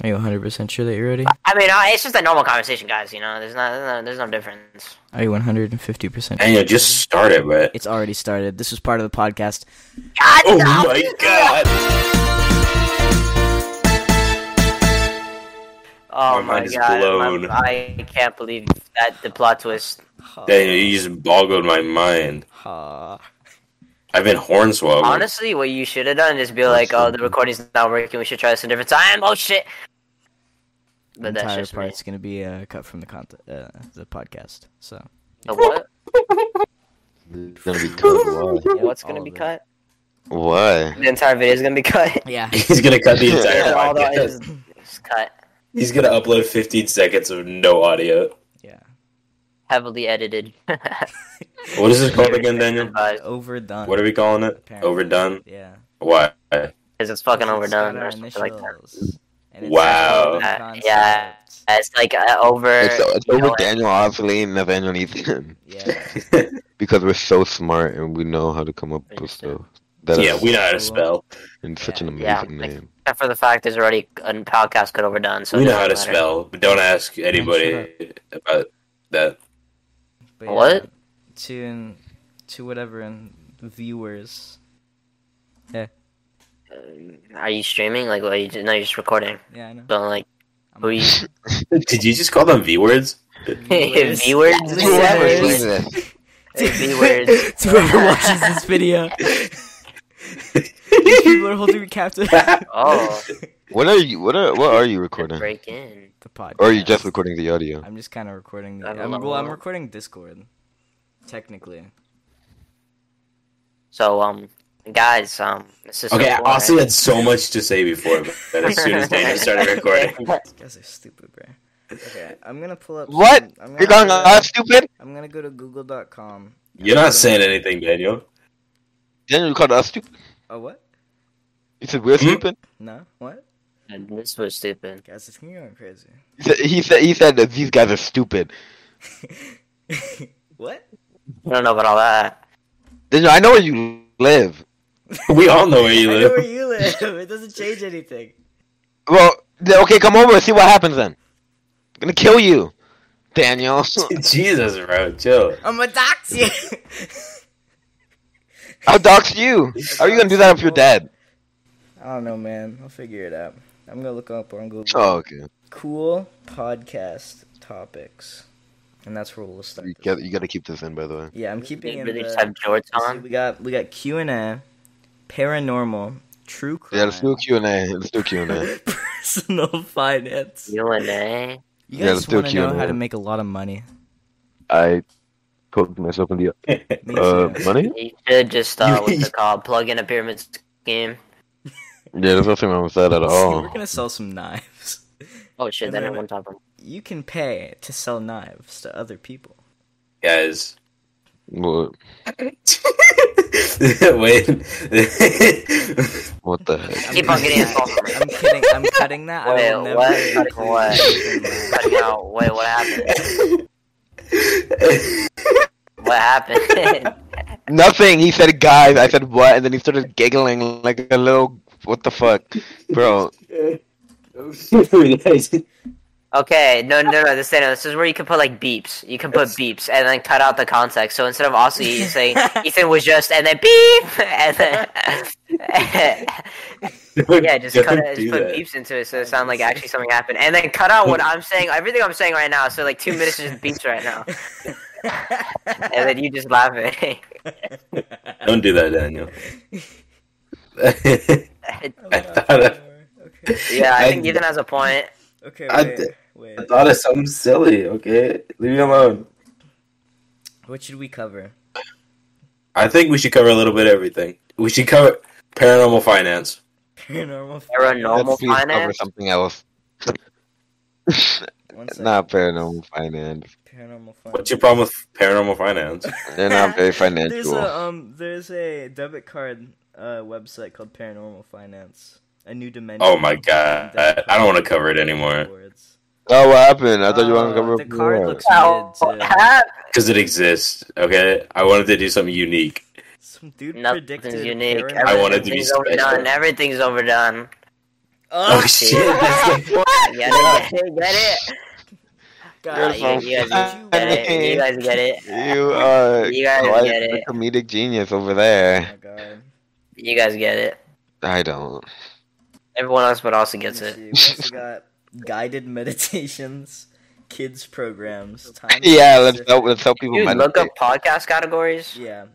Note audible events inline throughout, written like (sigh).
Are you 100% sure that you're ready? I mean, uh, it's just a normal conversation, guys. You know, there's not, there's no, there's no difference. Are you 150% Daniel, just start it, but It's already started. This was part of the podcast. God, oh no. my (laughs) god! Oh (laughs) my, My mind is god, blown. I, I can't believe that the plot twist. Daniel, you just boggled my mind. Uh, I've been hornswoggled. Honestly, what you should have done is be like, "Oh, the recording's not working. We should try this a different time." Oh shit! The But that's entire just me. part's going to be uh, cut from the, cont- uh, the podcast. So The what? it's gonna be cut. Why? What's All gonna of be it. cut? Why? The entire video's gonna be (laughs) cut. Yeah. (laughs) He's gonna cut the entire All the podcast. it's, it's cut, He's gonna upload 15 seconds of no audio. Yeah. heavily edited. (laughs) What is this called again, Daniel? Overdone. What are we calling it? Apparently. Overdone? Yeah. Why? Because it's fucking Because it's got overdone or our something like that. initials. And it's Wow. a Uh, concept. yeah. It's like uh, over. It's, it's you know, over like- Daniel obviously and never Daniel Ethan Yeah. (laughs) because we're so smart and we know how to come up with Understand. stuff. That (laughs) yeah, is we know how to spell. and such an Yeah, amazing like- name. Except for the fact there's already a podcast cut overdone. So we it doesn't know how to matter. spell, but don't ask anybody about that. But What? yeah, to in- to whatever and viewers. Are you streaming? Like, what? Are you, no, you're just recording. Yeah, I know. So like, who (laughs) you (laughs) Did you just call them V words? (laughs) Viewers. viewers? Yeah. Whoever's Yeah. viewers, listening to this, viewers. (laughs) to whoever watches this (laughs) video, these people are holding me (laughs) captive. Oh, What are you? What are? What are you recording? break in. The podcast. Or are you just recording the audio? I'm just kind of recording. The, I don't I'm, know. well, I'm recording Discord, technically. So um, guys, um, this is Okay, so boring. Austin (laughs) had so much to say before, but as soon as (laughs) Daniel started recording, These guys are stupid, bro. Okay, I'm gonna pull up. What? some- I'm gonna, You're going go- live, stupid? I'm gonna go to Google.com. you're not saying anything, Daniel. (laughs) Daniel, you called us stupid? Oh, what? You said we're Hmm? stupid? No, what? this was stupid. Guys, it's me going crazy. (laughs) He said, he said he said that these guys are stupid. what? I don't know about all that. Daniel, I know where you live. We all know where you I know where live. you live. (laughs) It doesn't change anything. Well, then, okay, come over and see what happens then. I'm gonna kill you, Daniel. (laughs) (laughs) Jesus, bro, chill. (laughs) I'm a dox you. I'll dox you. How are you gonna do that if you're dead? (laughs) I don't know, man. I'll figure it out. I'm gonna look up on Google. Oh, okay. Cool podcast topics, and that's where we'll start. You this. gotta, you gotta keep this in, by the way. Yeah, I'm keeping You in really the. just have jorts let's see, on. we got we got Q and A, paranormal, true crime, Yeah, let's do a Q and A. Let's do a Q and A. personal (laughs) finance. You and A. You Yeah, guys let's do a want to know Q&A. how to make a lot of money? I poked myself in the Me (laughs) uh, too. money. You should just uh, start (laughs) You- with the call. Plug in a pyramid scheme. Yeah, there's nothing wrong with that at We're all. gonna sell some knives. Oh shit! And Then then I we- won't talk about. You can pay to sell knives to other people. Guys, (laughs) What, wait. what the heck? Keep on (laughs) getting involved. I'm kidding. I'm cutting that. I will never Wait, what? (laughs) Cutting include anything in what? that. Cutting out. Wait, what happened? What happened? Nothing. He said, "Guys," I said, "What?" And then he started giggling like a little. What the fuck, bro? okay, no, no, no. This, no, this is where you can put like beeps. You can put beeps and then cut out the context. So instead of also you saying Ethan was just and then beep and then (laughs) (laughs) yeah, (laughs) just cut it, just put beeps into it so it sounds like actually something happened, and then cut out what I'm saying, everything I'm saying right now. So like two minutes is just beeps right now, (laughs) (laughs) and then you just laughing. Don't do that, Daniel. I thought of, okay. (laughs) yeah, I I- (laughs) think Ethan has a point. Okay. I Wait, did- wait. I thought of something silly, okay? Leave me alone. What should we cover? I think we should cover a little bit of everything. We should cover paranormal finance. Paranormal. Let's Paranormal please cover finance. something else. (laughs) One second. not paranormal finance. Paranormal. Finance. What's your problem with paranormal finance? They're (laughs) not very There's financial. a um. There's a debit card uh website called Paranormal Finance. A new dimension. Oh my god. I, I don't want to cover it anymore Rewards. Oh, what happened? I thought Oh, you wanted to cover the up card more. looks Oh, Committed to- ah, because it exists, okay? I wanted to do something unique. Some dude Nothing's predicted. unique. paranormal- (laughs) I wanted to be Everything's overdone. special. Everything's overdone. Oh, (laughs) Oh, shit! see? (laughs) that's like- Yeah, they get it. Get it. (laughs) God, (laughs) Beautiful. you, you guys get it. You guys (laughs) get (laughs) it. You are (laughs) You guys quite get the it. comedic genius over Oh there. my god. You guys get it. I don't. Everyone else would also gets Let it. me see, We also got guided meditations, kids (laughs) programs, time. (laughs) Yeah, let's specific- help. Let's help people. Dude, look up (laughs) meditate. podcast categories. Yeah.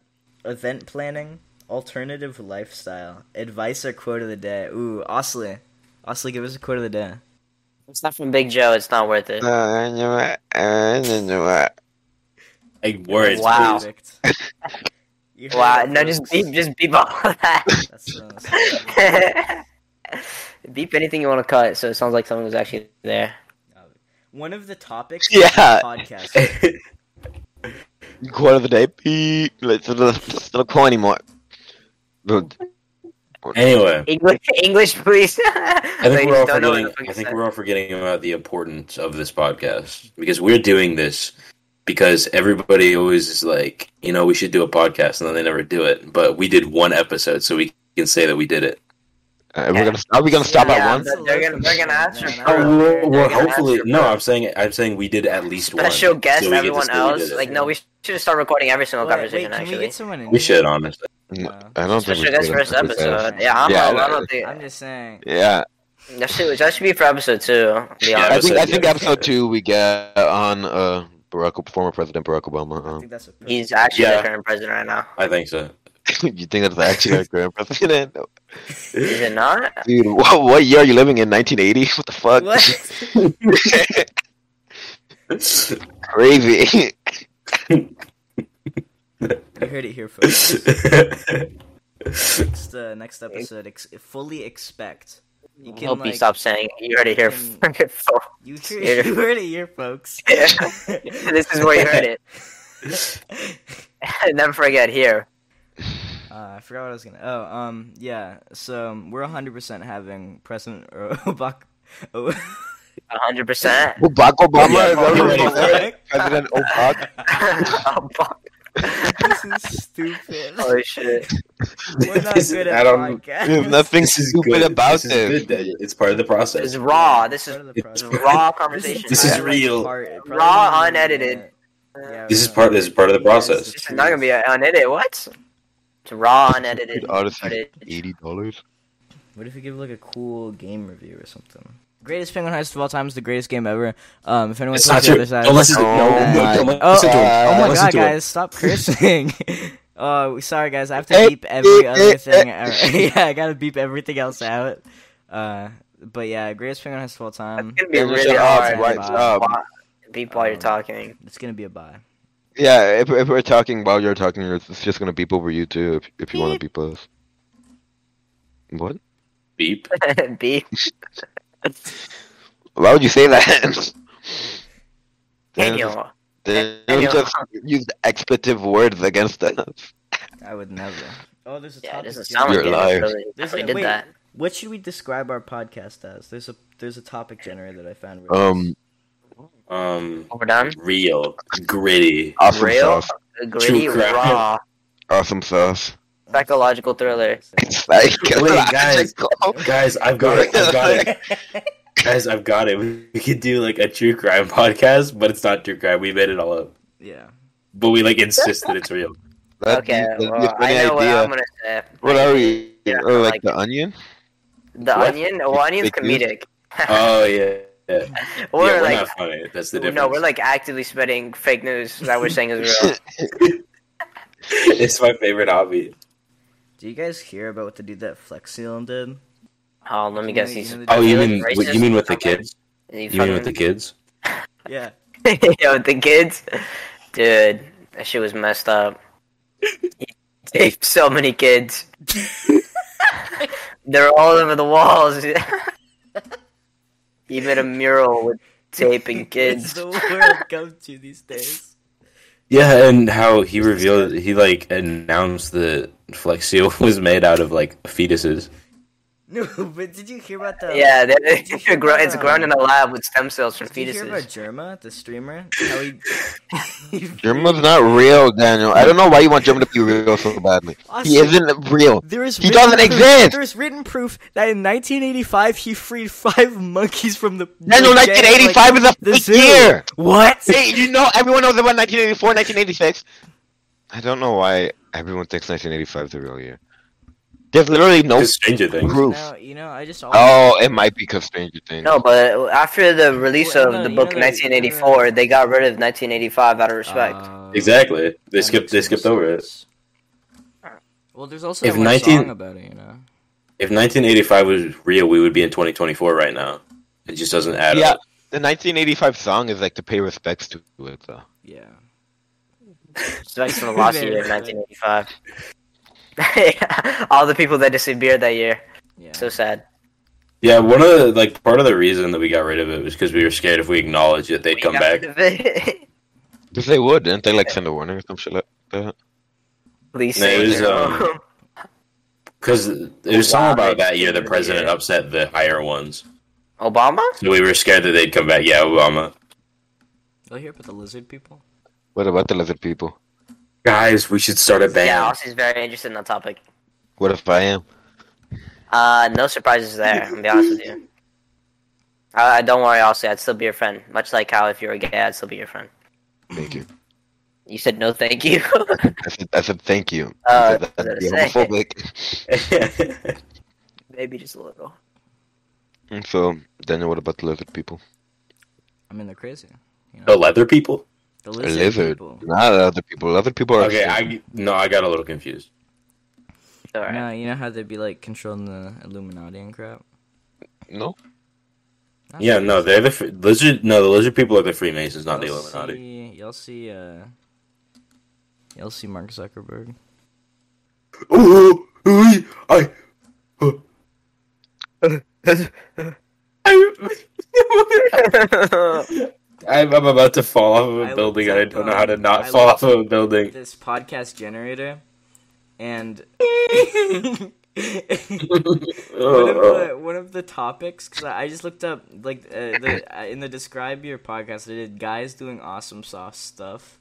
Event planning, alternative lifestyle, advice or quote of the day. Ooh, Osley. Osley, give us a quote of the day. It's not from Big Joe. It's not worth it. Uh, you know what? Uh, you know what? (laughs) like words. Wow. please. Perfect. (laughs) You heard Wow, it, no, just folks. beep, just beep all of That's what I was saying. that. (laughs) beep anything you want to cut, so it sounds like someone was actually there. One of the topics Yeah. of the podcast. Quote of the day. Beep. Let's let's not call anymore. uh, Dude, (laughs) anyway, English, (laughs) English, please. (laughs) I think, we're all don't know what the forgetting, fuck I is think that. we're all forgetting about the importance of this podcast because we're doing this because everybody always is like, you know, we should do a podcast and then they never do it. But we did one episode, so we can say that we did it. uh, we're gonna are we gonna stop Yeah, at I'm once? They're- they're gonna- they're gonna ask Man, for- I don't Oh, care. well, Yeah, hopefully, that's your no. point. I'm saying I'm saying we did at least special one guest, so we get to everyone say we did else. it. Like, no, we should start recording every single Wait, conversation. wait, can we actually, get someone in here? we should honestly. No, Wow. I don't think special we guest should. first episode. Yeah, I'm Yeah, a, I don't I'm think just saying. Yeah, (laughs) that should, that should be for episode two. To be Yeah, I honest, think I think yeah. episode two we get on uh Barack former President Barack Obama. I Um, (laughs) think that's what he's actually Yeah. the current president right now. I think so. you think that's actually our current president? (laughs) Is it not? Dude, what, what year are you living in? 1980? What the fuck? What? (laughs) Crazy. you heard it here, folks. (laughs) Next, uh, next episode, ex- fully expect. You I can hope like you stop saying it. you heard it here. (laughs) can- (laughs) you, hear- you heard it here, folks. (laughs) this is where you heard it. (laughs) Never forget here. Uh, I forgot what I was gonna. Oh, um, yeah. So um, we're 100% having President (laughs) Obama. Oh, (laughs) 100 percent. (laughs) (laughs) Barack Obama Yeah, is that you what ready you for said? (laughs) President Obama. (laughs) this is (laughs) stupid. Oh shit! We're not This is- good I at don't- podcasts. There's nothing This is stupid good. about this. Is this. good. Daniel. It's part of the This is process. raw. This is Part of the it's- this is process. raw conversation. This is I- real. Part- it probably Raw, won't be unedited. in it. Yeah, This is uh, part. This is part of the process. This is not gonna be unedited. What? It's raw, unedited. Dude, honestly, footage. eighty dollars. What if we give like a cool game review or something? Greatest Penguin Heist of all time is the greatest game ever. Um, if anyone It's tells not you the true. other side, Don't listen to Oh no. no, my don't oh, listen to him. oh Uh, my Don't god, listen to him. guys, stop (laughs) cursing. Oh, sorry guys, I have to Eh, beep every eh, eh, other thing. eh. ever. (laughs) yeah, I gotta beep everything else out. Uh, but yeah, Greatest Penguin Heist of all time. It's gonna be It was really a hard. hard to watch. Um, wa- Beep while you're talking. It's gonna be a buy. Yeah, if, if we're talking while you're talking, it's just gonna beep over you too. If if you want to beep us. What? Beep. (laughs) Beep. Why would you say that? Daniel. They Daniel. just used expletive words against us. I would never. Oh, there's a Yeah, it topic doesn't game. sound like You're it. alive. Really. There's We a- did wait, that. What should we describe our podcast as? There's a there's a topic generator that I found. really Um, Um, We're done. real, gritty. Oh. awesome Real, sauce. gritty, crime. raw, Awesome sauce. (laughs) psychological thriller. It's like (laughs) Wait, guys. Guys, I've got it. I've got it. Guys, I've got it. (laughs) We we could do like a true crime podcast, but it's not true crime. We made it all up, (laughs) yeah. but we like insist that it's real. That'd be- okay, that'd be a well, I funny know what idea. I'm gonna say. What are we? Yeah, oh, like, like- the onion? The What? onion? Well, onion's Fake comedic. (laughs) Oh yeah, We're yeah. yeah, we're like, not funny. That's the difference. no, we're like actively spreading fake news that we're saying is (laughs) real. (laughs) it's my favorite hobby. Do you guys hear about what the dude that Flex Seal did? Oh, let me You know- guess. He's you know the Oh, dude- you Like mean racist? you mean with the kids? he You mean with the fucking- kids? Yeah. (laughs) Yo, with the kids, dude, that shit was messed (laughs) up. He taped so many kids. They're all over the walls. (laughs) he made a mural with taping (laughs) It's kids. the world (laughs) come to these days. Yeah, and how he revealed (laughs) he like announced that Flex Seal was made out of like fetuses. (laughs) No, but did you hear about the? (laughs) Yeah, they- they- Did you grow- hear it's grown in a lab with stem cells from Did you hear about fetuses. Germa, the streamer? How he? (laughs) Germa's not real, Daniel. I don't know why you want German to be real so badly. He Austin, isn't real. There is He written doesn't proof- exist! There is written proof that in 1985 he freed (laughs) five monkeys from the. Daniel, the jail, like, 1985 is a the fake zoo. (laughs) year! What? Hey, you know, everyone knows about 1984, 1986. I don't know why everyone thinks 1985 is the real year. There's literally no It's Stranger Things. proof. Now, you know, I just. Always, Oh, it might be because Stranger Things. No, but after the release Well, of no, the you book know in that- 1984, they got rid of 1985 out of respect. Uh, Exactly. They that skipped. makes more They skipped over it. sense. Well, there's also If that one 19 song about it, you know. If 1985 was real, we would be in 2024 right now. It just doesn't add Yeah. up. The 1985 song is like to pay respects to it, though. Yeah. Respect for the lost Very year of respect. 1985. (laughs) All the people that disappeared that year. Yeah. So sad. Yeah, one of the like part of the reason that we got rid of it was because we were scared if we acknowledged it, they'd We come got back. rid of (laughs) it. Because they would, didn't they? Like send a warning or some shit like that. Please No, it say was, no. um, Because there was Wow, something about they that year the did, president yeah. upset the higher ones, (laughs) Obama? so we were scared that they'd come back. Yeah, Obama. You'll hear about the lizard people. What about the lizard people? Guys, we should start a band. Yeah, Aussie's very interested in that topic. What if I am? Uh, no surprises there. I'm be honest with you. Uh, don't worry, Aussie. I'd still be your friend. Much like how if you were gay, I'd still be your friend. Thank you. You said no, thank you. (laughs) I said, I said thank you. Uh, I I said, was that'd be gonna say. homophobic. (laughs) Maybe just a little. And so, Daniel, what about the lizard people? I mean, they're crazy. You know? (laughs) the leather people. The Or lizard, lizard? people. Not the other people. The other people are. Okay, I no, I got a little confused. All right. No, you know how they'd be like controlling the Illuminati and crap. No. That's Yeah, no, they're the fr- lizard. No, the lizard people are the Freemasons, not the You'll Illuminati. See, you'll see. Uh, you'll see Mark Zuckerberg. (laughs) Ooh, ooh, I, I, I'm I'm about to fall off of I a building, and I looked up, don't know how to um, not I fall looked off of a building. This podcast generator, and (laughs) one of the one of the topics because I I just looked up like uh, the uh, in the describe your podcast they did guys doing awesome sauce stuff,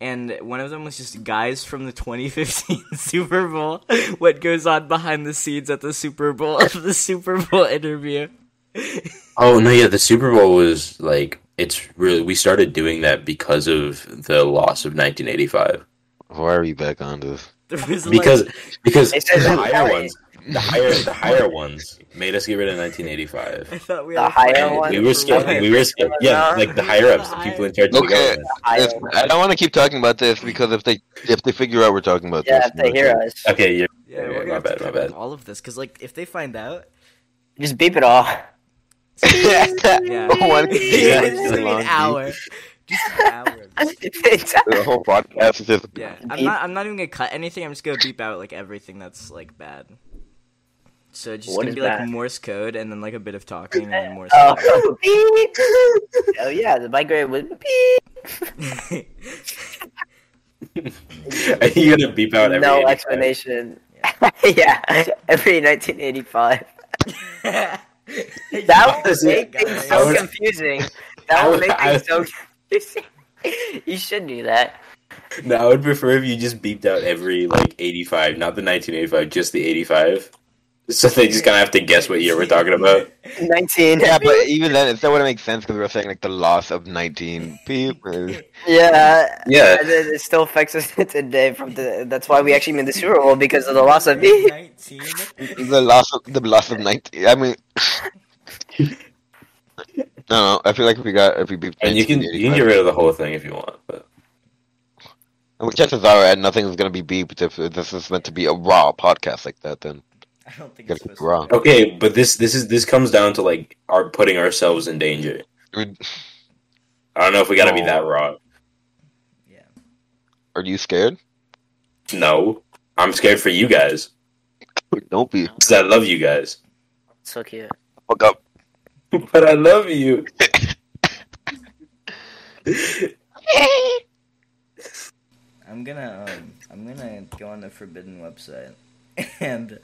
and one of them was just guys from the 2015 (laughs) Super Bowl. What goes on behind the scenes at the Super Bowl (laughs) of the Super Bowl interview? (laughs) Oh no, yeah, the Super Bowl was like it's really we started doing that because of the loss of 1985 Why are we back on this? There was because like, because It says the it's higher higher. ones the higher the higher ones made us get rid of 1985. (laughs) I thought we The were higher playing one? it we were for scared. real. We (laughs) were scared. Yeah, like the higher ups, the people in charge. of the Okay. government. I, uh, Listen, I don't want to keep talking about this because if they if they figure out we're talking about yeah, this, if they hear us, Okay, "Oh, yeah. (laughs) Yeah, we're gonna Yeah, my have to bad, my cut bad. all of this because like if they find out, (laughs) just beep it all. (laughs) (laughs) yeah, One- yeah, Yeah, (laughs) it's just like long an beat. hour, (laughs) just an (laughs) hour. of this. The whole podcast is just Yeah, I'm Beep. not. I'm not even gonna cut anything. I'm just gonna beep out like everything that's like bad. So it's just What gonna is be bad? like Morse code and then like a bit of talking and (laughs) then Morse oh, code. (laughs) beep. oh yeah, the bike grade would beep. (laughs) Are you gonna beep out every? no 85? explanation. (laughs) Yeah. every 1985. that That would make things I so would- confusing. I That would would- make I things so confusing. (laughs) You should do that. No, I would prefer if you just beeped out every like eighty-five, not the nineteen eighty-five, just the eighty-five. So they just gonna have to guess what year we're talking about. 19. (laughs) yeah, but even then, it's not what it makes sense because we're saying like the loss of 19 (laughs) people. (laughs) Yeah. Yeah, And it it still affects us today. From the that's why we actually made the Super Bowl because of the loss (laughs) of me. (laughs) Nineteen. the loss of the loss of 19. I mean, (laughs) no, no. I feel like if we got if we beat and you can you can get rid of the whole thing if you want. But which chances are and nothing is gonna be beeped if this is meant to be a raw podcast like that. Then I don't think Get it's it supposed wrong. to. be. okay, but this this is this comes down to like our putting ourselves in danger. I mean, I don't know if we gotta be Oh. that raw. are you scared? No, I'm scared for you guys Don't be. because I love you guys, (laughs) So cute. Fuck (laughs) up. but I love you. I'm gonna um, I'm gonna go on the forbidden website (laughs) and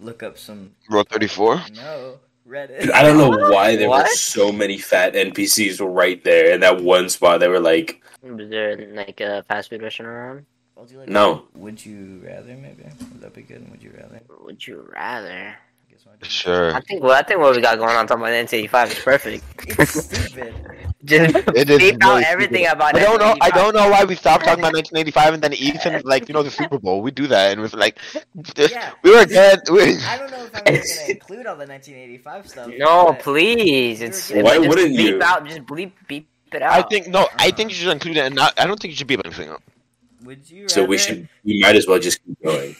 look up some. Row 34? No, Reddit. Dude, I don't know why there were What? so many fat NPCs right there in that one spot. They were like, Was there like a fast food restaurant around? I'll do like- no. Would you rather? Maybe would that be good? Would you rather? Would you rather? I (laughs) guess I'll do- Sure. I think well, I think what we got going on talking about N85 is perfect. It's (laughs) (laughs) stupid. Just It is beep out really everything stupid. about I don't know. I N85. don't know why we stopped talking about 1985, and then Ethan, like you know, the Super Bowl. We do that, and it was like, (laughs) this- Yeah. we were dead. We, I don't know if I'm even gonna include all the 1985 stuff. No, but- please. It's Why it's- just wouldn't bleep you? Out, just bleep beep it out. I think no. I think you should include it, and not. I don't think you should be able to anything else. Would you? Rather... So we should, we might as well just keep going.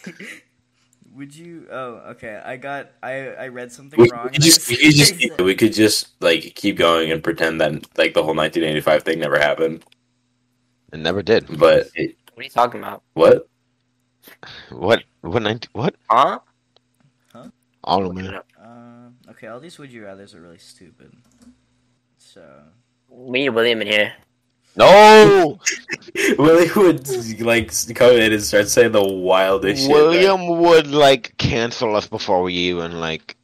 (laughs) Would you? Oh, okay. I got. I I read something We, wrong. we and I just, we was- could (laughs) just, we could just like keep going and pretend that like the whole 1985 thing never happened. It never did. But it, What are you talking about? what? (laughs) What? What? 19, what? Huh? I don't know, man. Um, okay, all these would you rather's are really stupid. So We need William in here. No, Willie would like come in and start saying the wildest shit William would like cancel us before we even like.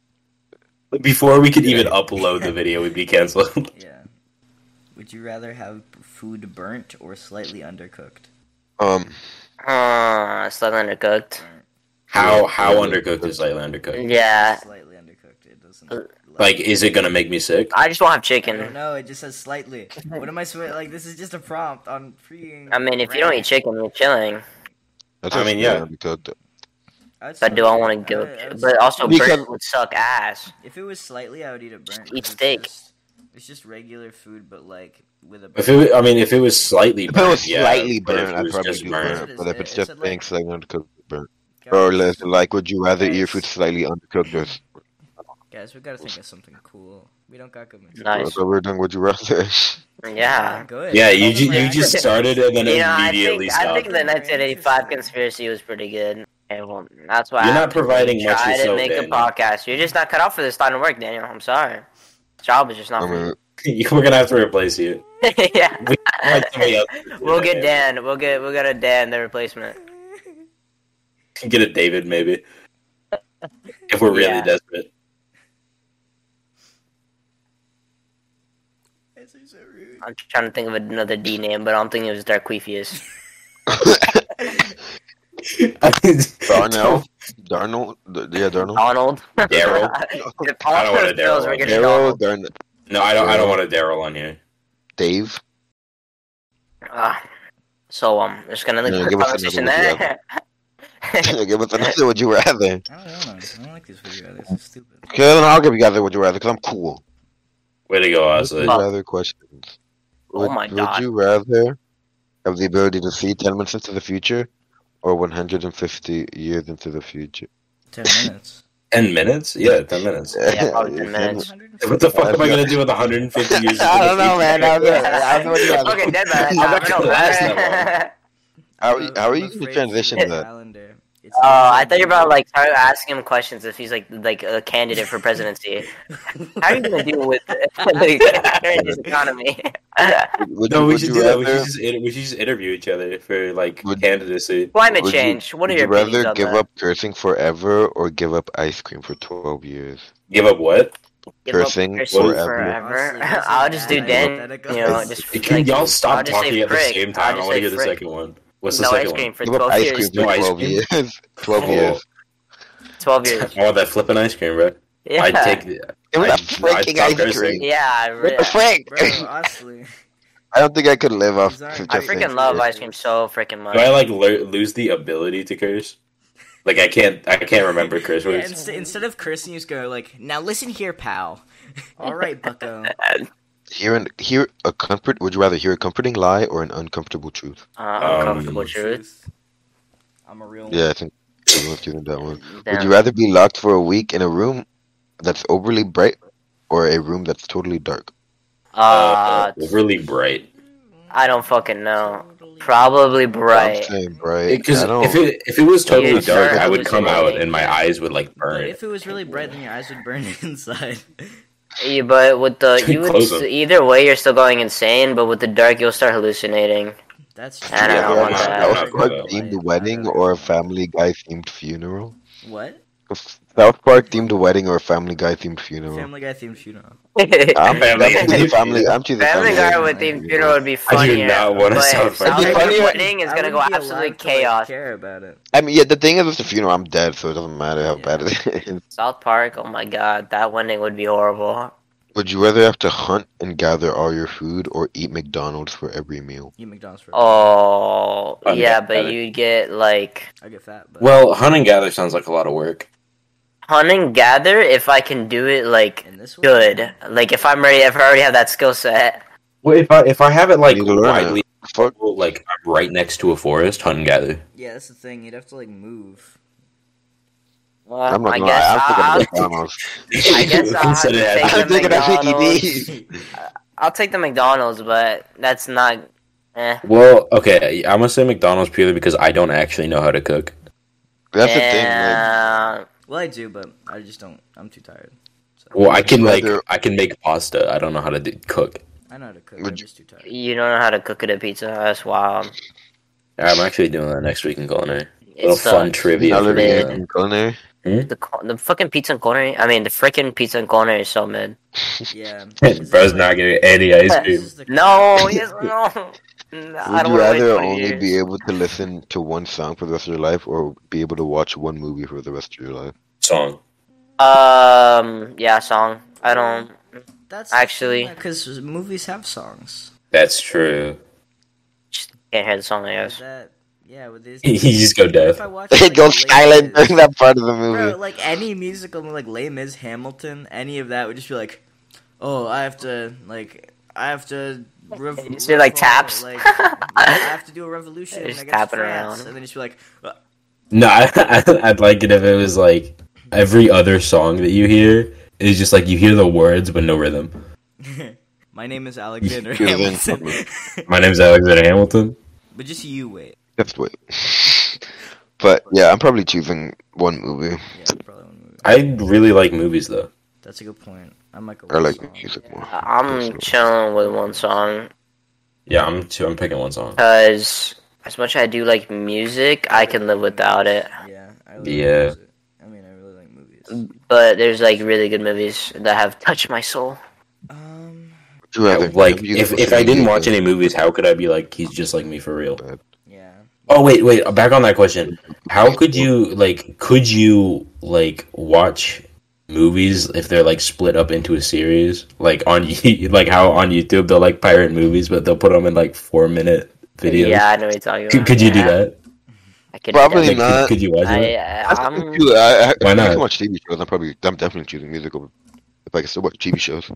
like, before we could even upload the video. We'd be canceled. (laughs) yeah, would you rather have food burnt or slightly undercooked? Um, Uh, still undercooked. Burnt, How Yeah. how Yeah. undercooked is slightly undercooked? Yeah. slightly undercooked. It doesn't Uh, Uh, Like, is it gonna make me sick? I just won't have I don't chicken. know. It just says slightly. What am I supposed like? This is just a prompt on freaing. I mean, if you don't eat chicken, you're chilling. that's I mean, yeah. Because, But do I want to go? But also, Because- burnt would suck ass. if it was slightly, I would eat a burnt. 'cause eat it's steak. just- it's just regular food, but like with a. If it, wa- I mean, if it was slightly, If it burnt, was yeah, slightly but if burnt, it I'd was probably just do burnt, burnt. But if it's It just said, like- things like undercooked, burnt. Guys, Or less like, would you rather eat your food Yes. slightly undercooked or s- guys, we gotta think of something cool. We don't got good. material. Nice. so we're doing? Would you rather? (laughs) Yeah. Good. (laughs) yeah, All you the ju- you way I (laughs) just could- started and then You know, I immediately think I think stopped. the 1985 conspiracy was pretty good. And well, that's why You're I not providing much tried to yourself, make a Daniel. podcast. You're just not cut out for this line of work, Daniel. I'm sorry. Job is just not. I for (laughs) mean, We're gonna have to replace you. Mm-hmm. you. (laughs) yeah. Like somebody else. (laughs) We'll get Dan. We'll get we'll get a Dan the replacement. Get a David, maybe. If we're really Yeah. (laughs) desperate. Guys are so rude. I'm trying to think of another D name, but I'm thinking it was Darquefius. Darnell, Darnell, D- yeah, Darnell. Donald. (laughs) Daryl. (laughs) The I don't want a Bills Daryl. were getting Donald. Daryl, Darn, No, I don't. I don't want a Daryl on here. (laughs) Dave. (laughs) Ah. so um, just gonna Yeah, leave the give us conversation another one, there. (laughs) give us another. Would you (laughs) rather? I don't know. I don't like these video. This is stupid. Okay, then I'll give you guys a would you rather because I'm cool. Way to go, Would Osley. you rather questions. Oh Would, my would God. you rather have the ability to see ten minutes into the future, or 150 years into the future? Ten minutes. Ten minutes? Yeah, ten (laughs) minutes. Yeah, probably ten minutes. (laughs) What the fuck am I gonna do with 150 years? into (laughs) I don't the (laughs) know, future? man. I don't know. I don't know what you guys- (laughs) okay, dead by that I'm time. not I gonna don't last matter. that How, are- how are you going to transition that? Calendar. It's (laughs) Oh, I thought you were about like start asking him questions if he's like like a candidate for presidency. How are you gonna deal with (laughs) like, this (laughs) economy? (laughs) (laughs) Would, No, you- we would should you do that. We rather- should, just, inter- we should just interview each other for like Would- candidacy. Climate Would you- change. what are Would your you opinions rather on give that? up cursing forever or give up ice cream for 12 years? Give up what? Give up cursing cursing Honestly, forever? this is (laughs) I'll just do bad. Dan. You Hypothetical. know, It's- just Can like, y'all stop I'll just say talking at the frick. same I'll time? I just want to say hear the frick. second one. What's the no ice second cream one? for give up twelve ice years. cream for No ice 12 (laughs) cream? years. (laughs) 12 Oh. years. Twelve (laughs) years. I want that flipping ice cream, bro. Yeah. I'd take. The, Give I'd- me that I'd freaking stop ice cursing. (laughs) cream. Yeah, I, re- What the frick? Bro, (laughs) honestly, (laughs) I don't think I could live off Sorry. just freaking I ice freaking love cream. ice cream so freaking much. Do I like lo- lose the ability to curse? Like I can't. I can't remember curse yeah, words. inst- instead of cursing, you just go like, "Now listen here, pal." (laughs) Um, All right, Bucko. Hear, an, hear a comfort. Would you rather hear a comforting lie or an uncomfortable truth? Uh, Um, uncomfortable truth. I'm a real. Yeah, I think I love choosing that one. Would Damn. you rather be locked for a week in a room that's overly bright or a room that's totally dark? Uh, Oh, really bright. I don't fucking know. Probably I'm bright. saying bright. Because I don't- if it if it was totally Yeah, dark, sure. I would come out and my Yeah. eyes would like But burn. if it was really bright, then your eyes would burn (laughs) inside. Yeah, but with the you would Close s- them. either way you're still going insane. But with the dark you'll start hallucinating. That's true. uh, I don't Yeah, know but about a that. South Park themed wedding or a Family Guy themed funeral? What? F- South Park themed wedding or Family Guy themed funeral? Family Guy themed funeral. (laughs) I'm, Family I'm choosing Guy. family. I'm choosing Family Guy Guy. with themed funeral would be I funnier. do not want to but sound South funny. Park Funnier- wedding is I gonna go wouldn't be allowed absolutely to, like, chaos. care about it. I mean, yeah. The thing is, with the funeral, I'm dead, so it doesn't matter how Yeah. bad it is. South Park, oh my god, that wedding would be horrible. Would you rather have to hunt and gather all your food or eat McDonald's for every meal? You McDonald's for Oh I'm yeah, but getting better. you'd get like I get fat, but Well, hunt and gather sounds like a lot of work. hunt and gather if I can do it like in this one, good. Like if I'm ready, if I already have that skill set. Well, if I if I have it like You learn widely, Fuck. like I'm right next to a forest, hunt and gather. Yeah, that's the thing. You'd have to like move. Well, I'm not I gonna guess lie. I'll, I'm I'll, thinking McDonald's. I guess (laughs) I'll have Consider to that. take I'm the thinking of McDonald's. ADD. I'll take the McDonald's, but that's not. Eh. Well, okay, I'm gonna say McDonald's purely because I don't actually know how to cook. That's yeah. Well, I do, but I just don't. I'm too tired. So Well, I can like Either- I can make pasta. I don't know how to do, cook. I know how to cook. Would I'm you- just too tired. You don't know how to cook it at Pizza Hut. That's wild. I'm actually doing that next week in culinary. little It's fun the thing. trivia. Like, for living me, man. though. in culinary. the co- the fucking pizza and corner. I mean, the freaking pizza and corner is so mid. (laughs) Yeah. (laughs) Bro's not getting any ice This cream. is the- No, yes, no. No, I don't Would you want to rather wait twenty only years. be able to listen to one song for the rest of your life, or be able to watch one movie for the rest of your life? Song. Um, yeah, song. I don't. That's Actually- because movies have songs. That's true. (laughs) Can't hear the song. I With guess. that, yeah, with (laughs) this. you just go If deaf. I watch, It like, goes Les silent (laughs) Mis- during that part of the movie. Bro, like any musical, like Les Mis, Hamilton, any of that would just be like, oh, I have to like, I have to. Rev- You see, like, revolt, taps? (laughs) Like, I have to do a revolution Just against tapping France, around. and then just be like, (laughs) uh, No, I, (laughs) I'd like it if it was like every other song that you hear is just like you hear the words but no rhythm. my name (laughs) is Alexander You're in Hamilton, (laughs) My name's Alexander Hamilton. but just you wait. Just wait. (laughs) but yeah, I'm probably choosing one movie. Yeah, probably one movie. I really like movies though. That's a good point. I might go. I with like song. music more. I'm chilling with one song Yeah, I'm too. I'm picking one song. because as much as I do like music, I can live without it. Yeah. I like Yeah. music. I mean, I really like movies. But there's like really good movies that have touched my soul. Um. Would you rather Like have if, music if or I didn't TV? watch any movies, how could I be like he's just like me for real? Yeah. Oh wait, wait. Back on that question. How could you like? Could you like watch movies if they're like split up into a series? Like on (laughs) Yo- like how on YouTube they'll like pirate movies, but they'll put them in like four minute videos. Yeah, I know what you're talking about. Could, could you do Yeah, that? I could Probably Like, definitely- not. could, could you watch I, it? I, I I'm, think too, I, I, Why if I not? can watch TV shows. I'm probably I'm definitely choosing music over if I can still watch TV shows.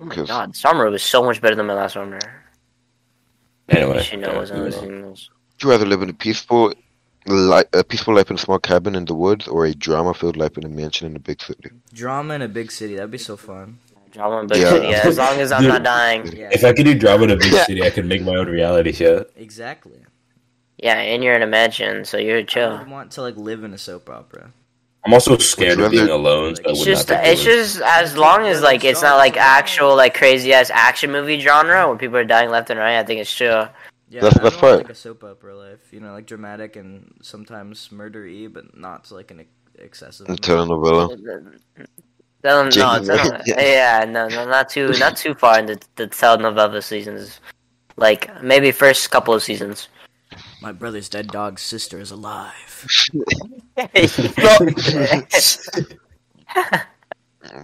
oh my 'Cause- god, summer was so much better than my last summer. Anyway, She knows I'm listening to this. Would you rather live in a peaceful li a peaceful life in a small cabin in the woods or a drama filled life in a mansion in a big city? Drama in a big city. That'd be so fun. Drama, but Yeah. yeah. as long as I'm (laughs) not dying. Yeah. if I could do drama in a big city, I could make my own reality show. Exactly. Yeah, and you're in a mansion, so you're I chill. would want to like live in a soap opera. I'm also scared Would of you being rather- alone. So I It's It's would just, not it's just as long as like it's not like actual like crazy ass action movie genre where people are dying left and right. I think it's chill. Yeah, I That's the would want, part. Like a soap opera life, you know, like dramatic and sometimes murdery, but not to, like an ex- excessive. A amount. telenovela. No, no, Jiggy no, (laughs) Wiggy. yeah, no, no, not too, not too far into the telenovela seasons. Like maybe first couple of (laughs) seasons. My brother's dead dog's sister is alive. (laughs)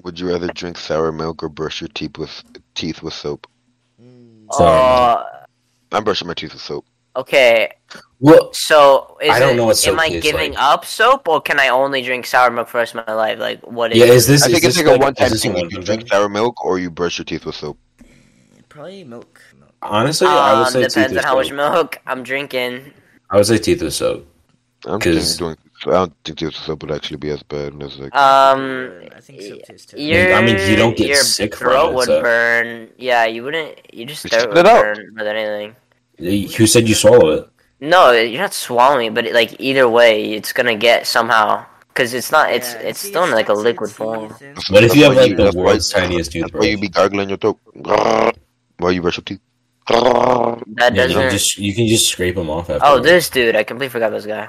Would you rather drink sour milk or brush your teeth with teeth with soap? oh, I'm brushing my teeth with soap. okay. (laughs) Well, So is I don't it, know what soap am I tastes giving like. up soap or can I only drink sour milk for the rest of my life? Like what is yeah, is this? I is think it's this like a one is time this a thing. if You one-time drink thing? sour milk or you brush your teeth with soap. Probably milk. milk. Honestly, um, I would say teeth depends on with how much soap. milk I'm drinking. I would say teeth with soap. I don't think 'Cause- doing. I don't think this soap would actually be as bad as Uh, like. Um I think soap tastes terrible. your, I mean, you don't get your sick from throat it, would so- burn. Yeah, you wouldn't. You just Just throat spit would it out. burn more than anything. Who said you swallow it? No, you're not swallowing, it, but it, like either way, it's gonna get somehow because it's not. It's Yeah, it's see, still in like a not- liquid it's form. not thin. What if you have That's why like you- the that's why- world's tiniest That's why you toothbrush? be gargling your throat (laughs) while you brush your teeth. (laughs) That Yeah, you doesn't. (laughs) can just you can just scrape them off. After oh, this dude! I completely forgot this guy.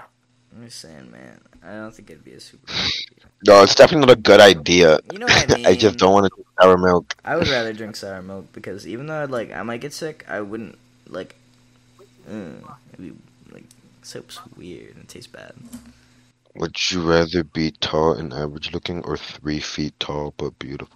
I'm just saying, man. I I don't think it'd be a super. No, it's definitely not a good idea. You know what I mean? (laughs) I just don't want to drink sour milk. I would rather drink sour milk because even though I'd like I might get sick, I wouldn't like. Mm, it'd be like soap's weird and it tastes (laughs) bad. Would you rather be tall and average looking or three feet tall but beautiful?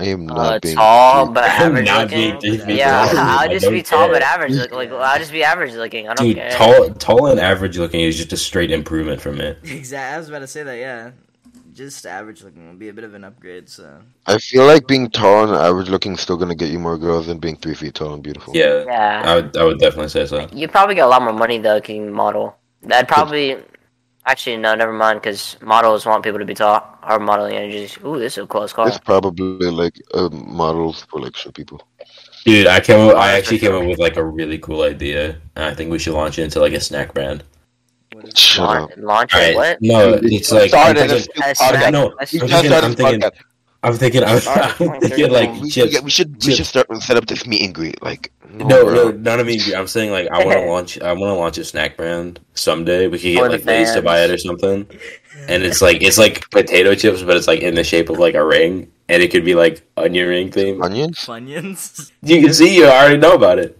I am not Uh, being tall (laughs) cute. but average not looking. being- being yeah, (laughs) tall. I'll I just don't be tall care. but average. Look, like I'll just be average looking. I don't Dude, care. tall, tall and average looking is just a straight improvement from it. Exactly. I was about to say that. Yeah, just average looking would be a bit of an upgrade. So I feel like being tall and average looking is still gonna get you more girls than being three feet tall and beautiful. Yeah, Yeah, I would, I would definitely say so. you probably get a lot more money though. Can you model? That'd probably. Actually, no, never mind. Because models want people to be tall. Our modeling energies. Ooh, this is a close car. It's probably like a model for like short people. Dude, I came, up, I That's actually for came sure. up with like a really cool idea. and I think we should launch it into like a snack brand. what is Shut Launch, up. launch All it, right, what? no, it's like I'm started this thinking, Uh, podcast. snack- no, let's- We I'm just thinking- started I'm this thinking- podcast. I'm thinking, I'm, Sorry, (laughs) I'm thinking sorry. like We chips. should, we should we chips. should start and set up this meet and greet. Like No, bro. no, not a mean. I'm saying like I want to launch. I want to launch a snack brand someday. We could For the get like Lay's to fans. buy it or something. And it's like it's like potato chips, but it's like in the shape of like a ring, and it could be like onion ring theme. Onions? Funyuns? (laughs) You can see you already know about it.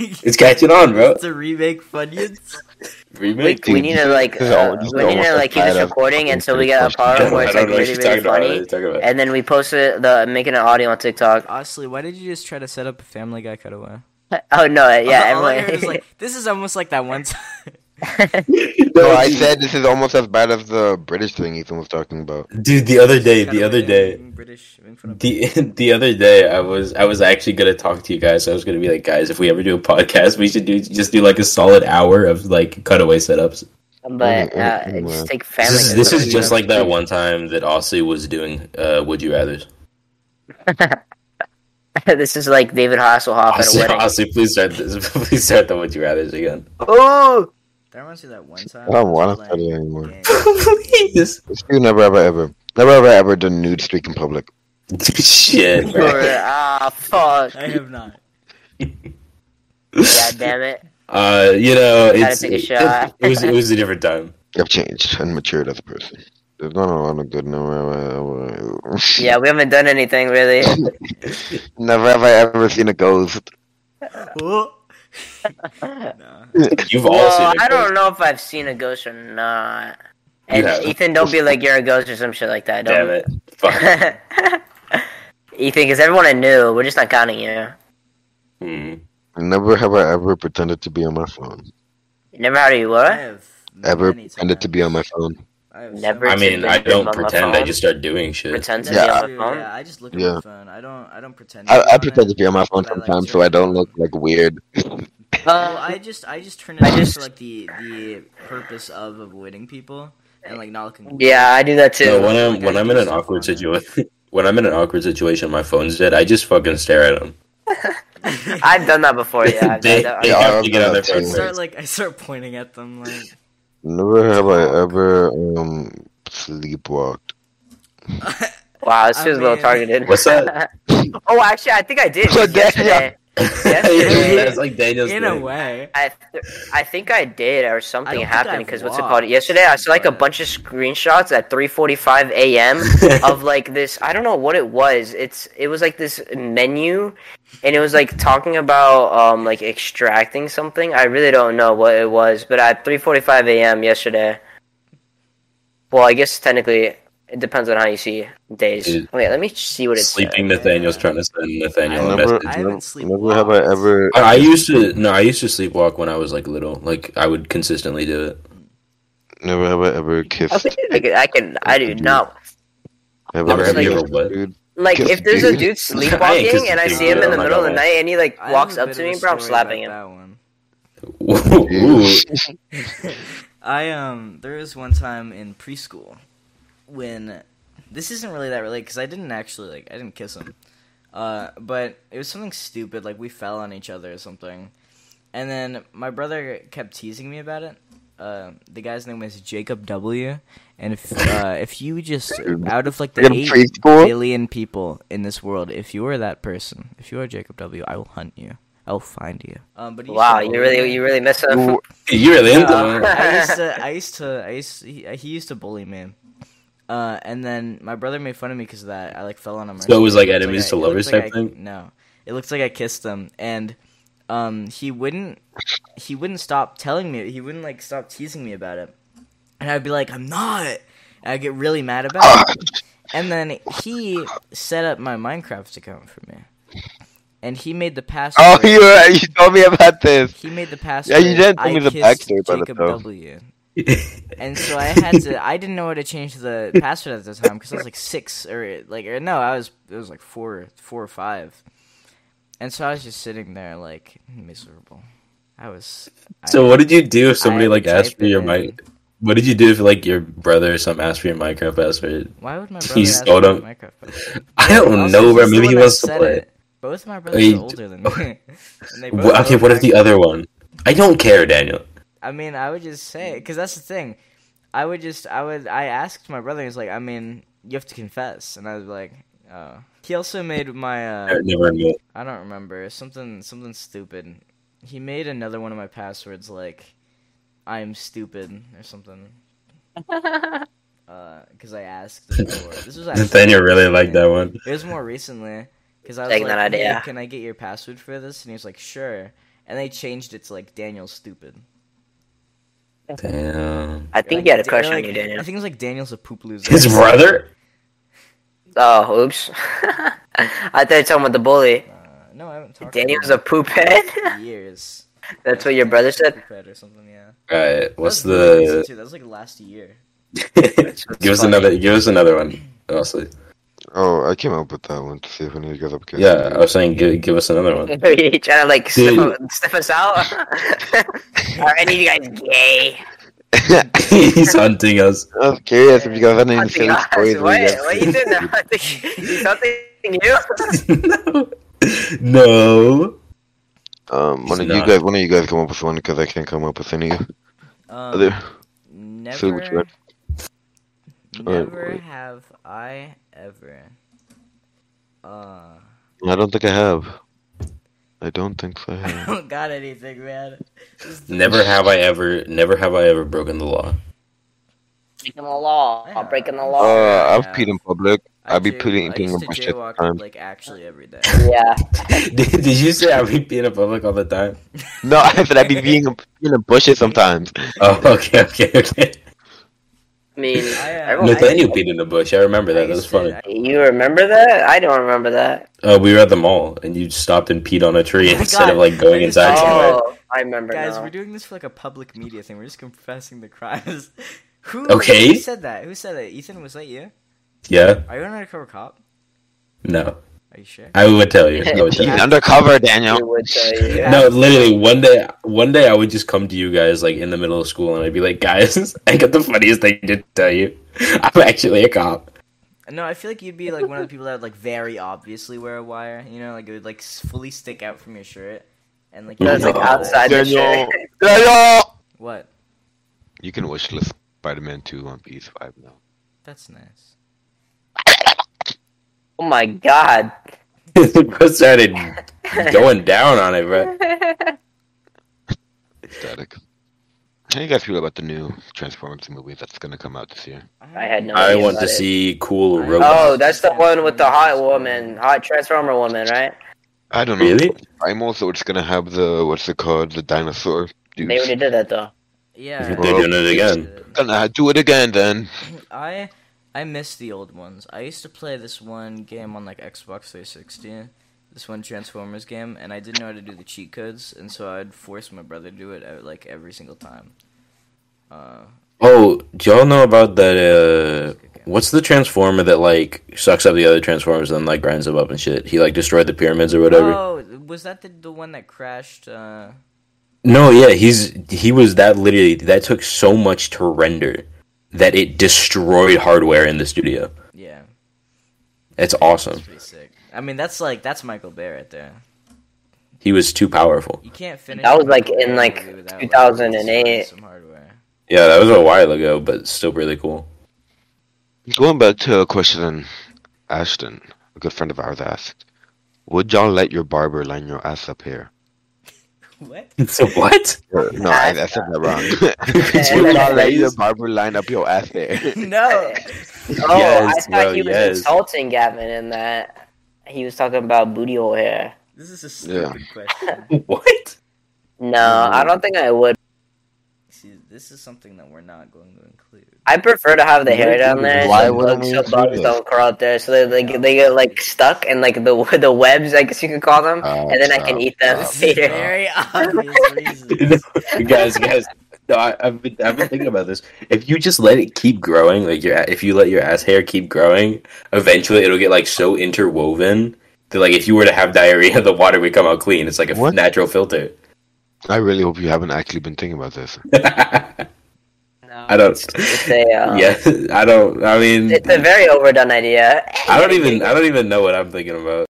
It's catching on, bro. it's a remake Funyuns. We, Remake. we Dude, need to like this is all- uh, this is we need to almost like keep like this bad as recording fucking until we get a Christmas. part where it's I like don't know what really you're really talking about. I funny, don't know what you're talking about. and then we post it the making an audio on TikTok. Honestly, why did you just try to set up a Family Guy cutaway? Oh no, yeah, All I heard everyone. was like, (laughs) this is almost like that one time. (laughs) No, I said this is almost as bad as the British thing Ethan was talking about. dude, the other day, the other day, British in front of the (laughs) the other day, I was I was actually gonna talk to you guys. I was gonna be like, guys, if we ever do a podcast, we should do just do like a solid hour of like cutaway setups. (laughs) but uh, Mm, mm, mm, just take family. This is, this photos, is you just know? like that one time that Aussie was doing uh, Would You Rather's. (laughs) this is like David Hasselhoff at Aussie, a wedding. Aussie, please start this. (laughs) Please start the Would You Rather's again. (laughs) Oh, That reminds me of that one time. I don't want to Like, study anymore. gang. please. Let's do never ever ever. Never ever ever done nude streak in public. Shit, bro. (laughs) ah, fuck! I have not. God damn it! (laughs) Uh, you know, it's, take a it, shot. it was it was a different time. I've changed and matured as a person. There's not a lot of good never ever ever. Yeah, we haven't done anything really. (laughs) Never have I ever seen a ghost. (laughs) Oh. You've all Well, seen it. I bro. don't know if I've seen a ghost or not. And have. Ethan, don't be like you're a ghost or some shit like that. Damn Don't. it. Fuck. it. (laughs) Ethan, because everyone I knew, we're just not counting you. Hmm. Never have I ever pretended to be on my phone. Never heard of you, I what? have Ever many pretended to times. be on my phone. I have Never I so many mean, I times. don't pretend. I just start doing shit. Pretend to Yeah. be on the Yeah, phone. yeah, I just look at Yeah. my phone. I don't. I don't pretend. I, be I on pretend it. to be on my phone But I like sometimes to- so I don't look like weird. (laughs) Well, Oh, Uh, I just, I just turn it I off just- for like the the purpose of avoiding people and like not looking. (laughs) yeah, I do that too. No, when (laughs) I'm Like, when I I'm do in an stuff awkward on it. situation, (laughs) when I'm in an awkward situation, my phone's dead. I just fucking stare at them. I've done that Oh, befefore. (laughs) Yeah, I've they, done that. they Yeah, have I've to get done on their that I phone too. start (laughs) first. like I start pointing at them (laughs) like Never have I ever um sleepwalked. Wow, this I feels a little mean- targeted. What's that? (laughs) oh, actually, I think I (laughs) did So, yeah, yesterday. Yesterday. That's like Daniel's in a thing. way. I, th- I think I did, or something think happened. I've Because what's it watched, called? Yesterday, I saw like a but- bunch of screenshots at (laughs) 3:45 a.m. of like this. I don't know what it was. It's it was like this menu, and it was like talking about um like extracting something. I really don't know what it was, but at 3:45 a.m. yesterday. Well, I guess technically it depends on how you see days. Dude. Wait, let me see what it's. Sleeping Nathaniel's trying to send Nathaniel a Never, message. I never, haven't never have I sleepwalked. ever. I I used to no, I used to sleepwalk when I was like little. Like I would consistently do it. (laughs) Never have I ever I, kissed. can, I can. I do not Have I Never ever have you kissed ever what? a dude? Like Kiss if there's a dude. dude I ain't sleepwalking kissing and I dude, see him bro. in the I'm not middle of the gonna lie. night and he like I walks have a up bit to of a me, bro, I'm story slapping about him. That one. (laughs) Ooh. I um there was one time in preschool when this isn't really that related because I didn't actually like I didn't kiss him, uh, but it was something stupid like we fell on each other or something, and then my brother kept teasing me about it. Uh, the guy's name was Jacob W. And if uh, if you just out of like the In eight preschool? billion people in this world, if you are that person, if you are Jacob W, I will hunt you. I'll find you. Um, but he used to Wow, bully you really me. you really missed up. Ooh, You really into Uh, him. (laughs) I used to, I used to, I used he, he used to bully me. Uh, and then my brother made fun of me because of that. I like fell on him. or So it was, something. like, It looked enemies I- to it looked lovers like type I- thing? No, it looks like I kissed him, and um, he wouldn't, he wouldn't stop telling me. He wouldn't like stop teasing me about it, and I'd be like, I'm not. And I'd get really mad Oh, about it. And then he set up my Minecraft account for me, and he made the password. (laughs) Oh, (laughs) you you told me about this. He made the password. Yeah, you didn't tell I me the kissed backstory about it, Jacob though. W. And so I had to. I didn't know how to change the password at the time because I was like six or like or no, I was it was like four, four or five. And so I was just sitting there like miserable. I was. (laughs) So I, what did you do if somebody I like asked typed for it your in. mic? What did you do if like your brother or something asked for your Minecraft password? Why would my brother You ask stole me him. my Minecraft? I don't Also, know, he's bro. the Maybe one he that wants to said play. it. Both of my brothers Wait, are older (laughs) than me. (laughs) and they both Wha- Okay, own what if the Minecraft. other one? I don't care, Daniel. I mean, I would just say because that's the thing. I would just, I would, I asked my brother. He's like, I mean, you have to confess, and I was like, oh. He also made my, uh, I never knew. I don't remember something, something stupid. He made another one of my passwords like, I'm stupid or (laughs) something. Because I asked him before. This was (laughs) actually Nathaniel really liked that one. it was more recently because I was Take like, that "Hey, idea." "Can I get your password for this?" And he was like, "Sure." And they changed it to like Daniel Stupid. Damn. I They're think like, you had a "Da- crush they're on like- you, I Daniel. think it was like Daniel's a poop loser. His brother? Oh, oops. (laughs) I thought you were talking about the bully. Uh, no, I haven't talked. Daniel's to a him poop head. in years. (laughs) That's what your brother said. (laughs) Poop head or something. Yeah. Alright, what's That was really recent, the too. That was like last year. (laughs) Give us funny. another give us another one. Honestly. Oh, I came up with that one to see if any of you guys up against Yeah, I it. was saying give, give us another (laughs) one. (laughs) Are you trying to like sniff, Dude. sniff us out? (laughs) Are any of you guys gay? He's hunting us. (laughs) (laughs) I was curious if you guys had any Hunting silly us? stories. What? where you What guys- you doing? (laughs) there? Hunting- you Something you? no. No. Um, one of He's you not. Uh, guys, one of you guys come up with one because I can't come up with any Um, other. Never. So which one? Alright, Um, Never wait. have I ever. Uh, I don't think I have. I don't think so. I have. I (laughs) don't (laughs) got anything, man. This is- Never have I ever never have I ever broken the law. (laughs) Breaking the law. Yeah. Breaking the Uh, law. I I've have. peed in public. I I'd be jay- peeing- peeing I on used my to shit all the jaywalk time. like actually every day. yeah. did, did you say I be peeing in public all the time? (laughs) No, (laughs) I said (laughs) I'd be peeing in- peeing in (laughs) bushes sometimes. Oh, okay, okay, okay. I mean, I, uh, everyone- (laughs) Nathaniel peed in the bush. I remember that. I That was used to- funny. I- You remember that? I don't remember that. Uh, we were at the mall, and you stopped and peed on a tree Oh my instead of God. like going I just- inside somewhere. Oh, I remember guys, now. we're doing this for like a public media thing. We're just confessing the crimes. (laughs) Who, Okay. who said that? Who said that? Ethan, was that you? Yeah, Are you an undercover cop? no, Are you sure? I would tell you. I would tell He's you. undercover, You Daniel. would tell you. (laughs) Yeah. No, literally one day, one day I would just come to you guys like in the middle of school, and I'd be like, "Guys, (laughs) I got the funniest thing to tell you. (laughs) I'm actually a cop." (laughs) No, I feel like you'd be like one of the people that would like very obviously wear a wire. You know, like it would like s- fully stick out from your shirt, and like "Oh, That's like No. outside the Daniel. shirt. Daniel. What? You can wishlist Spider-Man Two, One Piece Five now. That's nice. Oh my (laughs) god. Bro started going down on it, bro. Static. How you guys feel about the new Transformers movie that's gonna come out this year? I had no I idea want about to it. see cool robots. Oh, that's the one with the hot woman, hot transformer woman, right? I don't know. Really? I'm also it's gonna have the what's it called the dinosaur. dudes. They already did that (laughs) though. Yeah. They're doing it again. Gonna do it again then. (coughs) I I miss the old ones. I used to play this one game on like Xbox 360, this one Transformers game, and I didn't know how to do the cheat codes, and so I'd force my brother to do it uh, like every single time. Uh, Oh, do y'all know about that? Uh, what's the transformer that like sucks up the other transformers and like grinds them up and shit? He like destroyed the pyramids or whatever. oh, was that the the one that crashed? Uh, No, yeah, he's he was that literally that took so much to render that it destroyed hardware in the studio. yeah, It's awesome. that's pretty sick. I mean, that's like that's Michael Bay right there. He was too powerful. You can't finish. That was, a like, Michael in, Bay like, movie without, like, 2008. destroying Some hardware. Yeah, that was a while ago, but still really cool. Going back to a uh, question Ashton, a good friend of ours asked, Would y'all let your barber line your ass up here? What? (laughs) So what? Uh, No, I, I said that (laughs) wrong. Could you you not not let the raise? barber line up your ass (laughs) there. (laughs) No. Oh, Yes, I thought bro, he was yes. insulting Gavin in that he was talking about booty hole hair. This is a Yeah. stupid question. (laughs) (laughs) (laughs) What? No, I don't think I would. See, this is something that we're not going to include. I prefer to have the hair down there. Why so wouldn't bugs, we so do bugs this? don't crawl up there, so they they get, they get like stuck and like the (laughs) the webs, I guess you could call them, (laughs) Oh, and then I stop, can eat them stop. This is later. (laughs) very obvious reasons. guys, guys. No, I, I've been I've been thinking about this. If you just let it keep growing, like your if you let your ass hair keep growing, eventually it'll get like so interwoven that like if you were to have diarrhea, (laughs) the water would come out clean. It's like a f- What? natural filter. (laughs) I really hope you haven't actually been thinking about this. I No, don't. It's a, uh, Yeah, (laughs) I don't. I mean, it's a very overdone idea. I don't even. I don't even know what I'm thinking about.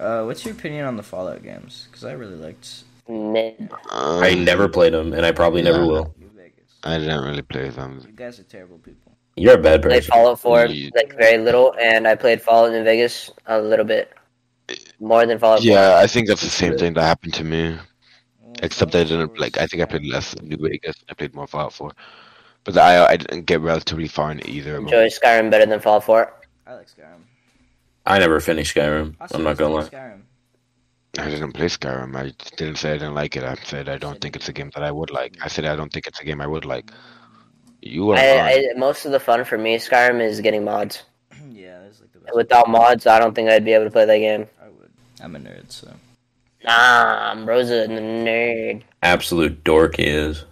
Uh, what's your opinion on the Fallout games? Because I really liked Mid. Um, Mm. I never played them, and I probably never will. New Vegas. I didn't really play them. You guys are terrible people. You're a bad played person. Fallout 4 Yeah. like very little, and I played Fallout in Vegas a little bit more than Fallout. 4. Yeah, I think that's the same thing that happened to me. Well, Except I Fallout didn't 4 was like. I think I played bad. less New Vegas. I played more Fallout 4, but I I didn't get relatively far in either. I of them. enjoy Skyrim better than Fallout 4. I like Skyrim. I never finished Skyrim. Also, I'm not gonna lie. Skyrim. (clears throat) I didn't play Skyrim. I didn't say I didn't like it. I said I don't think it's a game that I would like. I said I don't think it's a game I would like. You are. on. I, I, most of the fun for me, Skyrim is getting mods. yeah, that's like the best. Without mods, I don't think I'd be able to play that game. I would. I'm a nerd, so. Nah, I'm Rosa the nerd. Absolute dork is.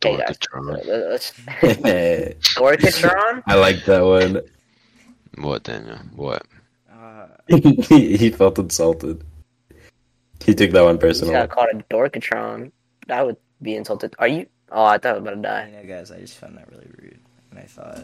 Dork, guys. Charles. Let's (laughs) I (laughs) Gorkatron? like that one. What Daniel? What? Uh, he, he felt insulted. He took that one He's got personally. called a Dorkatron. I would be insulted. Are you? Oh, I thought I was about to die. you know, guys, I just found that really rude, and I thought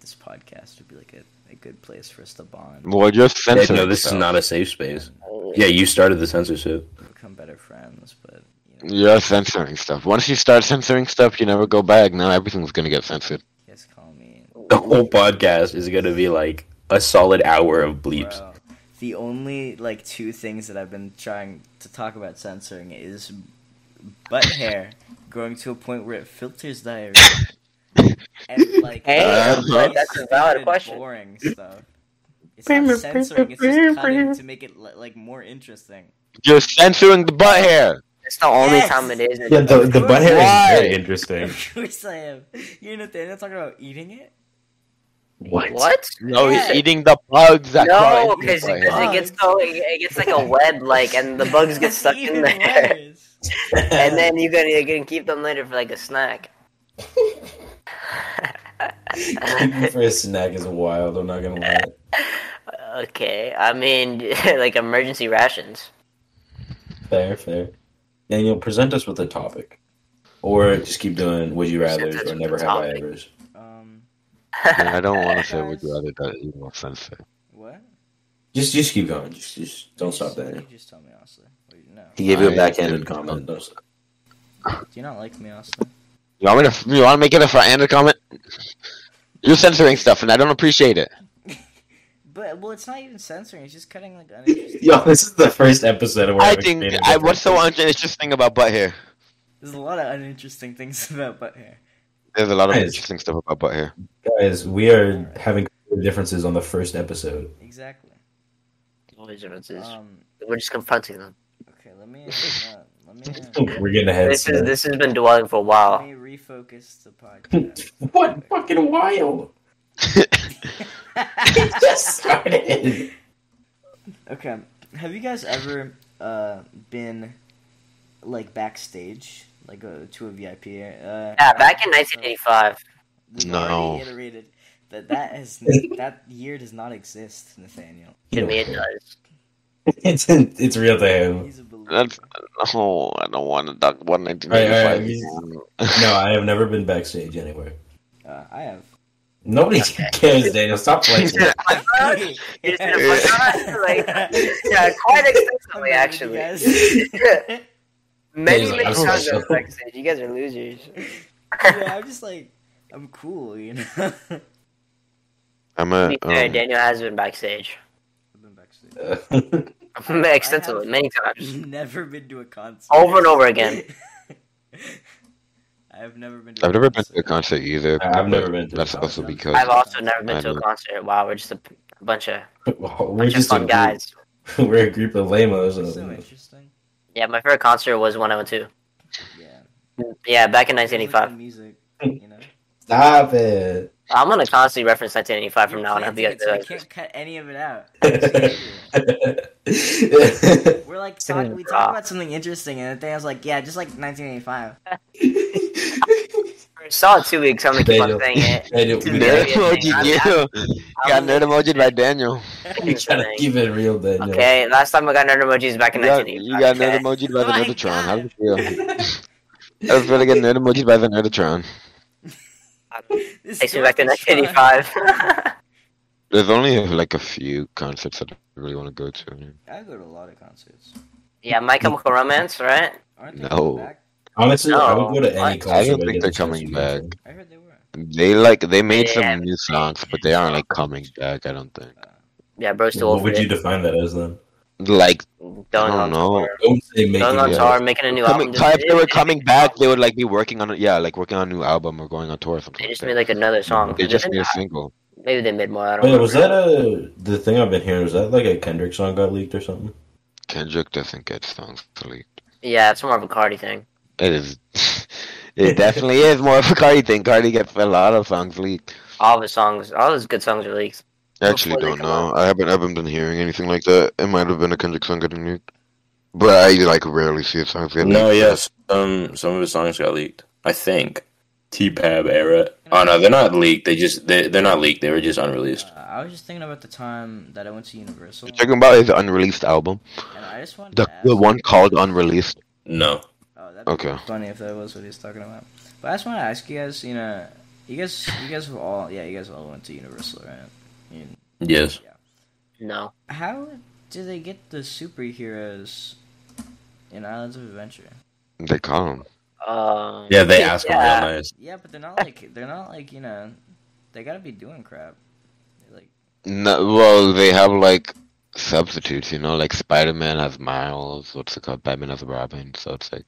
this podcast would be like a, a good place for us to bond, Well, you're Hey, censoring. no, this is yourself. not a safe space. Yeah, you started the censorship. become better friends. But you know, You're censoring stuff. Once you start censoring stuff, you never go back. Now everything's gonna get censored. you guys call me. The whole podcast is gonna be like a solid hour of bleeps. Bro. The only like two things that I've been trying to talk about censoring is butt hair growing to a point where it filters diarrhea. and like Hey, it's that's- that's a valid stupid, question. Boring stuff. It's not censoring. It's just cutting to make it li- like more interesting. You're censoring the butt hair. It's the only Yes! time it is. Yeah, the, the butt hair Why? is (laughs) very interesting. Of course I am. You're not, they're not talking about eating it. What? What? No, Yeah. he's eating the bugs that No, crawl into because his butt hair. it gets so it, it gets like a web, like, and the bugs (laughs) get That's stuck in even there, worse. and then you can you can keep them later for like a snack. for a snack is wild. I'm not gonna lie. Okay, I mean (laughs) like emergency rations. Fair, fair. Daniel, present us with a topic, or just keep doing would you Present rather's us or with never a have I topic. ever's. Um, (laughs) Yeah, I don't want to say what you rather that you will censor. what? Just, just keep going. Just, just don't stop You Daniel. just tell me honestly. Wait, no. He gave you a I- backhanded comment. Don't stop. Do you not like me, Austin? You want me to? You want to make it a front-ended comment? You're censoring stuff, and I don't appreciate it. (laughs) But well, it's not even censoring. It's just cutting like uninteresting. (laughs) Yo, this is the first episode of where I I've think explained I, it. what's so uninteresting about butt hair? There's a lot of uninteresting things (laughs) about butt hair. There's a lot of Guys. interesting stuff about butt hair. (laughs) guys. We are having differences on the first (laughs) episode. Exactly. Um. We're just confronting them. Okay. Let me. Uh, let (laughs) me. Uh, We're getting ahead. This is this has been dwelling for a let while. me refocus the (laughs) podcast. (laughs) what fucking wild? (laughs) It just started. (laughs) okay. Have you guys ever uh been like backstage, like uh, to a VIP? Uh, Yeah, back in 1985. We've No. already iterated that that has that year does not exist, Nathaniel. To me, (laughs) it does. It's it's real to him. (laughs) He's a believer. That's oh, I don't want to duck one nineteen Alright, eighty five. No, I have never been backstage anywhere. Uh, I (laughs) have. Nobody (laughs) cares, Daniel. Stop playing. You (laughs) (laughs) just did a like, yeah, quite extensively actually. Yes. yeah, (laughs) (laughs) Many Yeah, many (laughs) I'm times I sorry. was backstage. You guys are losers. I'm just like, I'm cool, you know. (laughs) I've (laughs) I'm To a. be fair, um, Daniel has been backstage. been backstage. (laughs) Uh, extensively, many times, (laughs) Never been to a concert. over and over again. (laughs) I've never been. To I've never been to a concert either. (laughs) I've but never been to a That's concert. also because I've also never been to a Never. concert. Wow, we're just a, p- a bunch of Wow, we're bunch of just a fun group- guys. We're a group (laughs) of lamos. So interesting. Yeah, my favorite concert was one hundred and Yeah. two. Yeah, back in Sounds nineteen like eighty five. the Music. You know. Stop it. (laughs) I'm gonna constantly reference nineteen eighty five from now on. I You're hope you guys planting it, so I do that. can't cut any of it out. That's We're like talking. We Raw. talked about something interesting, and the thing I was like, yeah, just like (laughs) 1985. I saw it two weeks. I'm gonna keep on saying (laughs) it. Nerd Yeah, yeah, emoji, yeah. yeah. (laughs) Got I'm nerd emoji by Daniel. (laughs) trying to keep it real, Daniel. Okay, last time I got nerd emojis back in You got, 1985. you got nerd okay? emoji by the Oh my Nerdatron. How did you feel? I was really getting nerd emoji by the Nerdatron. This Takes me back to stuff is 1985. There's only like a few concerts that I really want to go to. fun. (laughs) I go to a lot of concerts. (laughs) yeah, My Chemical Romance, right? Aren't they No. coming back? Honestly, I would go to No, I- any concert. I don't think get they're a coming back. chance to I heard they were. They like they made Yeah. some new songs, but they aren't like coming back. I don't Uh, think. Yeah, bro's see too them. What old for would you it. define that as then? Like Going I on don't know. tour. Don't say making Going on it Yeah. tour, making a new coming, album. so if they were They coming back, they would like be working on yeah, like working on a new album or going on tour or something. just like made that. like another song. they just Didn't- made a single. Maybe they made more. I don't Wait, know. was that a the thing I've been hearing? Was that like a Kendrick song got leaked or something? Kendrick doesn't get songs leaked. Yeah, it's more of a Cardi thing. It is. (laughs) It definitely is more of a Cardi thing. Cardi gets a lot of songs leaked. All of his songs, all his good songs are leaked. I actually Before they don't come know. I haven't, I haven't been hearing anything like that. It might have been a Kendrick song getting leaked, but I like rarely see his songs get leaked. No, yes, um, some of his songs got leaked. I think T-Pab era. Oh no, they're not leaked. They just they they're not leaked. They were just Uh, unreleased. I was just thinking about the time that I went to Universal, You're talking about his unreleased album, and I just wanted the, to ask. the one called unreleased. No, Oh, that'd be Okay. funny if that was what he was talking about. But I just want to ask you guys. You know, you guys, you guys have all, yeah, you guys all went to Universal, right? And yes. No. how do they get the superheroes in Islands of Adventure? They call him. Um, Yeah, they ask him yeah. real nice. Yeah, but they're not like they're not like you know, they gotta be doing crap. They're Like No, well, they have like substitutes, you know, like Spider Man has Miles. What's it called? Batman has Robin. So it's like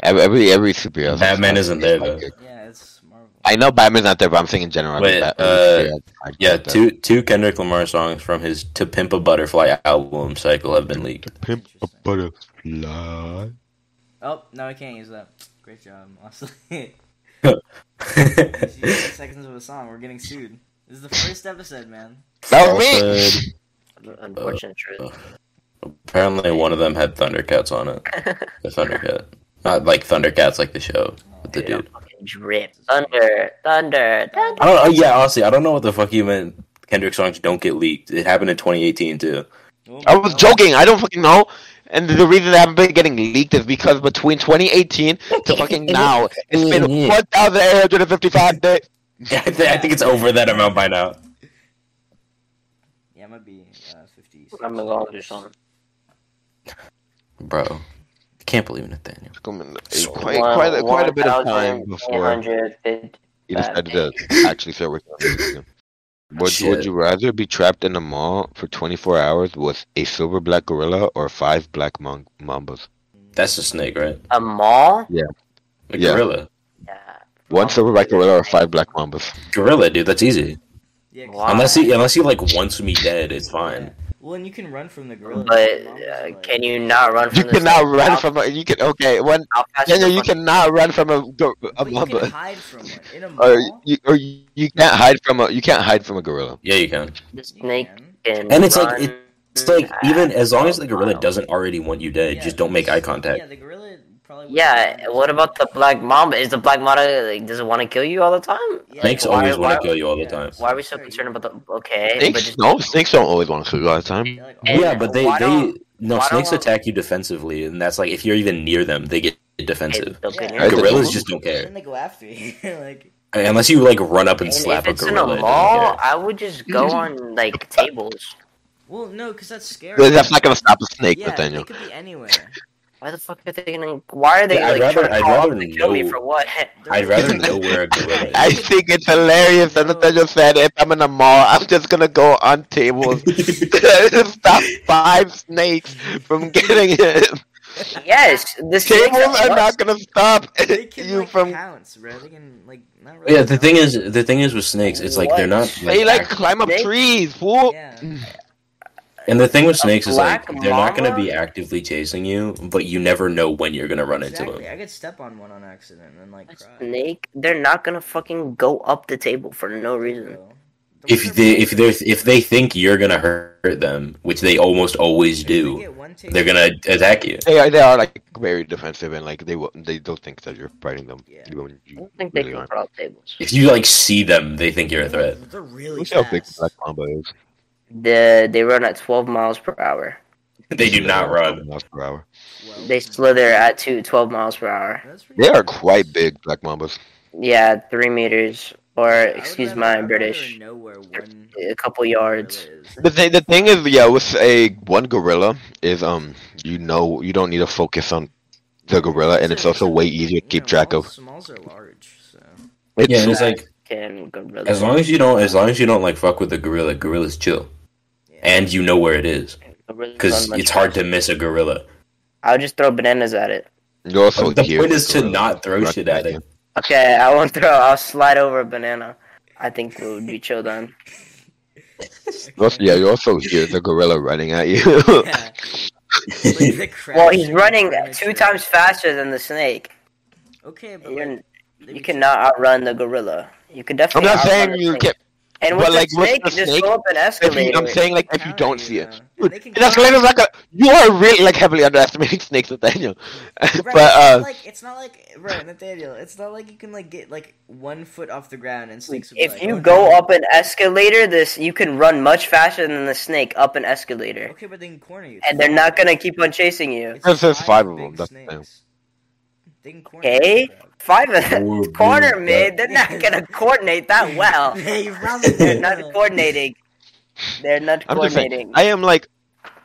ev- every every superhero. has a Batman sidekick, isn't there, though. sidekick. yeah, it's Marvel. I know Batman's not there, but I'm saying in general. every Wait, Bat- uh, every superhero has a Yeah, sidekick. two two Kendrick Lamar songs from his "To Pimp a Butterfly" album cycle have been leaked. (laughs) Pimp a butterfly. Oh no, I can't use that. Great job, (laughs) Mosley. that seconds of a song, we're getting sued. This is the first episode, man. That was me. Uh, Unfortunate truth. Apparently, one of them had Thundercats on it. (laughs) The Thundercat, not like Thundercats, like the show, but the Dude, I'm dude. fucking drip. Thunder, thunder, thunder. I don't. oh, yeah, honestly, I don't know what the fuck you meant. Kendrick songs don't get leaked. It happened in 2018 too. (laughs) Oh I my was God. joking. I don't fucking know. And the reason they haven't been getting leaked is because (laughs) between 2018 to fucking now, it's been 1,855 days. Yeah, I, thi- I think it's over that amount by now. Yeah, I'm gonna be uh, 50. I'm gonna go do something. Bro, I can't believe in it, Daniel. Quite, quite, a, quite a bit of time before 1,450 you bad decided to actually share with them. Would, would Shit. you rather be trapped in a mall for 24 hours with a silver black gorilla or five black mong- mambas? That's a snake, right? A mall? A Yeah. gorilla. Yeah. One silver black gorilla or five black mambas? Gorilla, dude. That's easy. Yeah, 'cause- Wow. Unless he, unless he like wants me dead, it's fine. Yeah. Well, and you can run from the gorilla. But uh, can you not run from You this cannot thing? run How- from a. You can okay. One how fast Daniel, is the you fucking- cannot run from a gor- a But you can mamba. hide from one (laughs) in a or mall. you or you you can't hide from a you can't hide from a gorilla. Yeah, you can. the You snake can. can And it's like- run It's like even as long as the gorilla miles. doesn't already want you dead, Yeah, just don't make because- eye Yeah, contact. the gorilla probably. wouldn't Yeah, run. what about the black mamba? Is the black mamba like, does it want to kill you all the time? Yeah. Snakes Why- always want why- to kill you all the yeah. time. Why are we so concerned about the okay? but Snakes, just- no, snakes don't always want to kill you all the time. They're like, "Oh, And yeah, but they why they don't- no why don't snakes we- attack you defensively, and that's like if you're even near them, they get it's defensive. still good. Yeah. Right, Gorillas they- just don't Then care they go after you. (laughs) like, unless you like run up and And slap if a it's in a gorilla. it doesn't mall, care. I would just go on like tables. well, no, because that's scary. That's not gonna stop a snake, yeah, Nathaniel. (laughs) they could be anywhere. Why the fuck are they gonna? Why are they Yeah, I'd like rather- trying to I'd call rather up the Kobe know. for what? (laughs) I'd rather know where a (laughs) gorilla is. I think it's hilarious. That's what I just said. If I'm in a mall, I'm just gonna go on (laughs) tables (laughs) to stop five snakes (laughs) from getting hit. yes, this Tables are not gonna stop They can you like, from. pounce, bro. They can like not really. Yeah, the pounce. (laughs) thing is, the thing is with snakes, it's like they're not. They like act- climb up Snake? trees. Whoop. Yeah. and the thing with snakes is like black they're not going to llama? be actively chasing you, but you never know when you're going to run into Exactly. them. I could step on one on accident and like cry. snake. They're not gonna fucking go up the table for no reason. So, the If ones they that if bite- they if they think you're going to hurt them, which they almost always if they do, get one tick- they're going to attack you. They are, they are like very defensive and like they will, they don't think that you're fighting them. Yeah. even when I you don't think they really can aren't. throw up tables. If you like see them, they think you're a (laughs) threat. They're really Look how big fast. Black Mamba is. The they run at 12 miles per hour. They do not run. Miles per hour. Well, They slither at two, 12 miles per hour. that's pretty They are fast. quite big, Black Mambas. Yeah, three meters, or I would excuse rather- my I'd rather British, Know where one a couple yards. gorilla is. The thing, the thing is, yeah, with a one gorilla is um, you know, you don't need to focus on the gorilla, and it's also way easier to keep Yeah, track malls- of. Smalls are large, so It's, Yeah, and it's like Can go really as long as you don't as long as you don't like fuck with the gorilla, gorilla's chill, yeah. (laughs) and you know where it is go really because run much it's hard to faster. miss a gorilla. I'll just throw bananas at it. you also the hear point the is to gorilla. not throw Not shit at to- it. Okay, I won't throw. I'll slide over a banana. I think it would be chill then. You also- yeah, you also hear the gorilla running at you. (laughs) Yeah. Like (laughs) the (laughs) crash Well, he's and running two furniture. times faster than the snake. Okay, but like, You're, they you would- cannot outrun the gorilla. You can I'm definitely. not outrun saying the you snake. can't. And with but, like, the with snake, the you just snake, go up an If you, escalator. I'm saying like if you Counter don't you, see it, though. They can Dude, that's counter- later. Like you are really like heavily underestimating (laughs) snakes, Nathaniel. Right, it's but not uh, like it's not like right, Nathaniel. It's not like you can like get like one foot off the ground and snakes. will be if like, you "Oh, go no." up an escalator, this you can run much faster than the snake up an escalator, okay, but they can corner you. and they're not gonna keep on chasing you. It's There's- there's five of big them, that's the snakes. They can corner. Okay, you, bro. five of Four them corner big mid. They're not (laughs) gonna coordinate that Oh, well. (laughs) Hey, you probably (laughs) They're will. not coordinating. They're not I'm just saying, coordinating. I am like,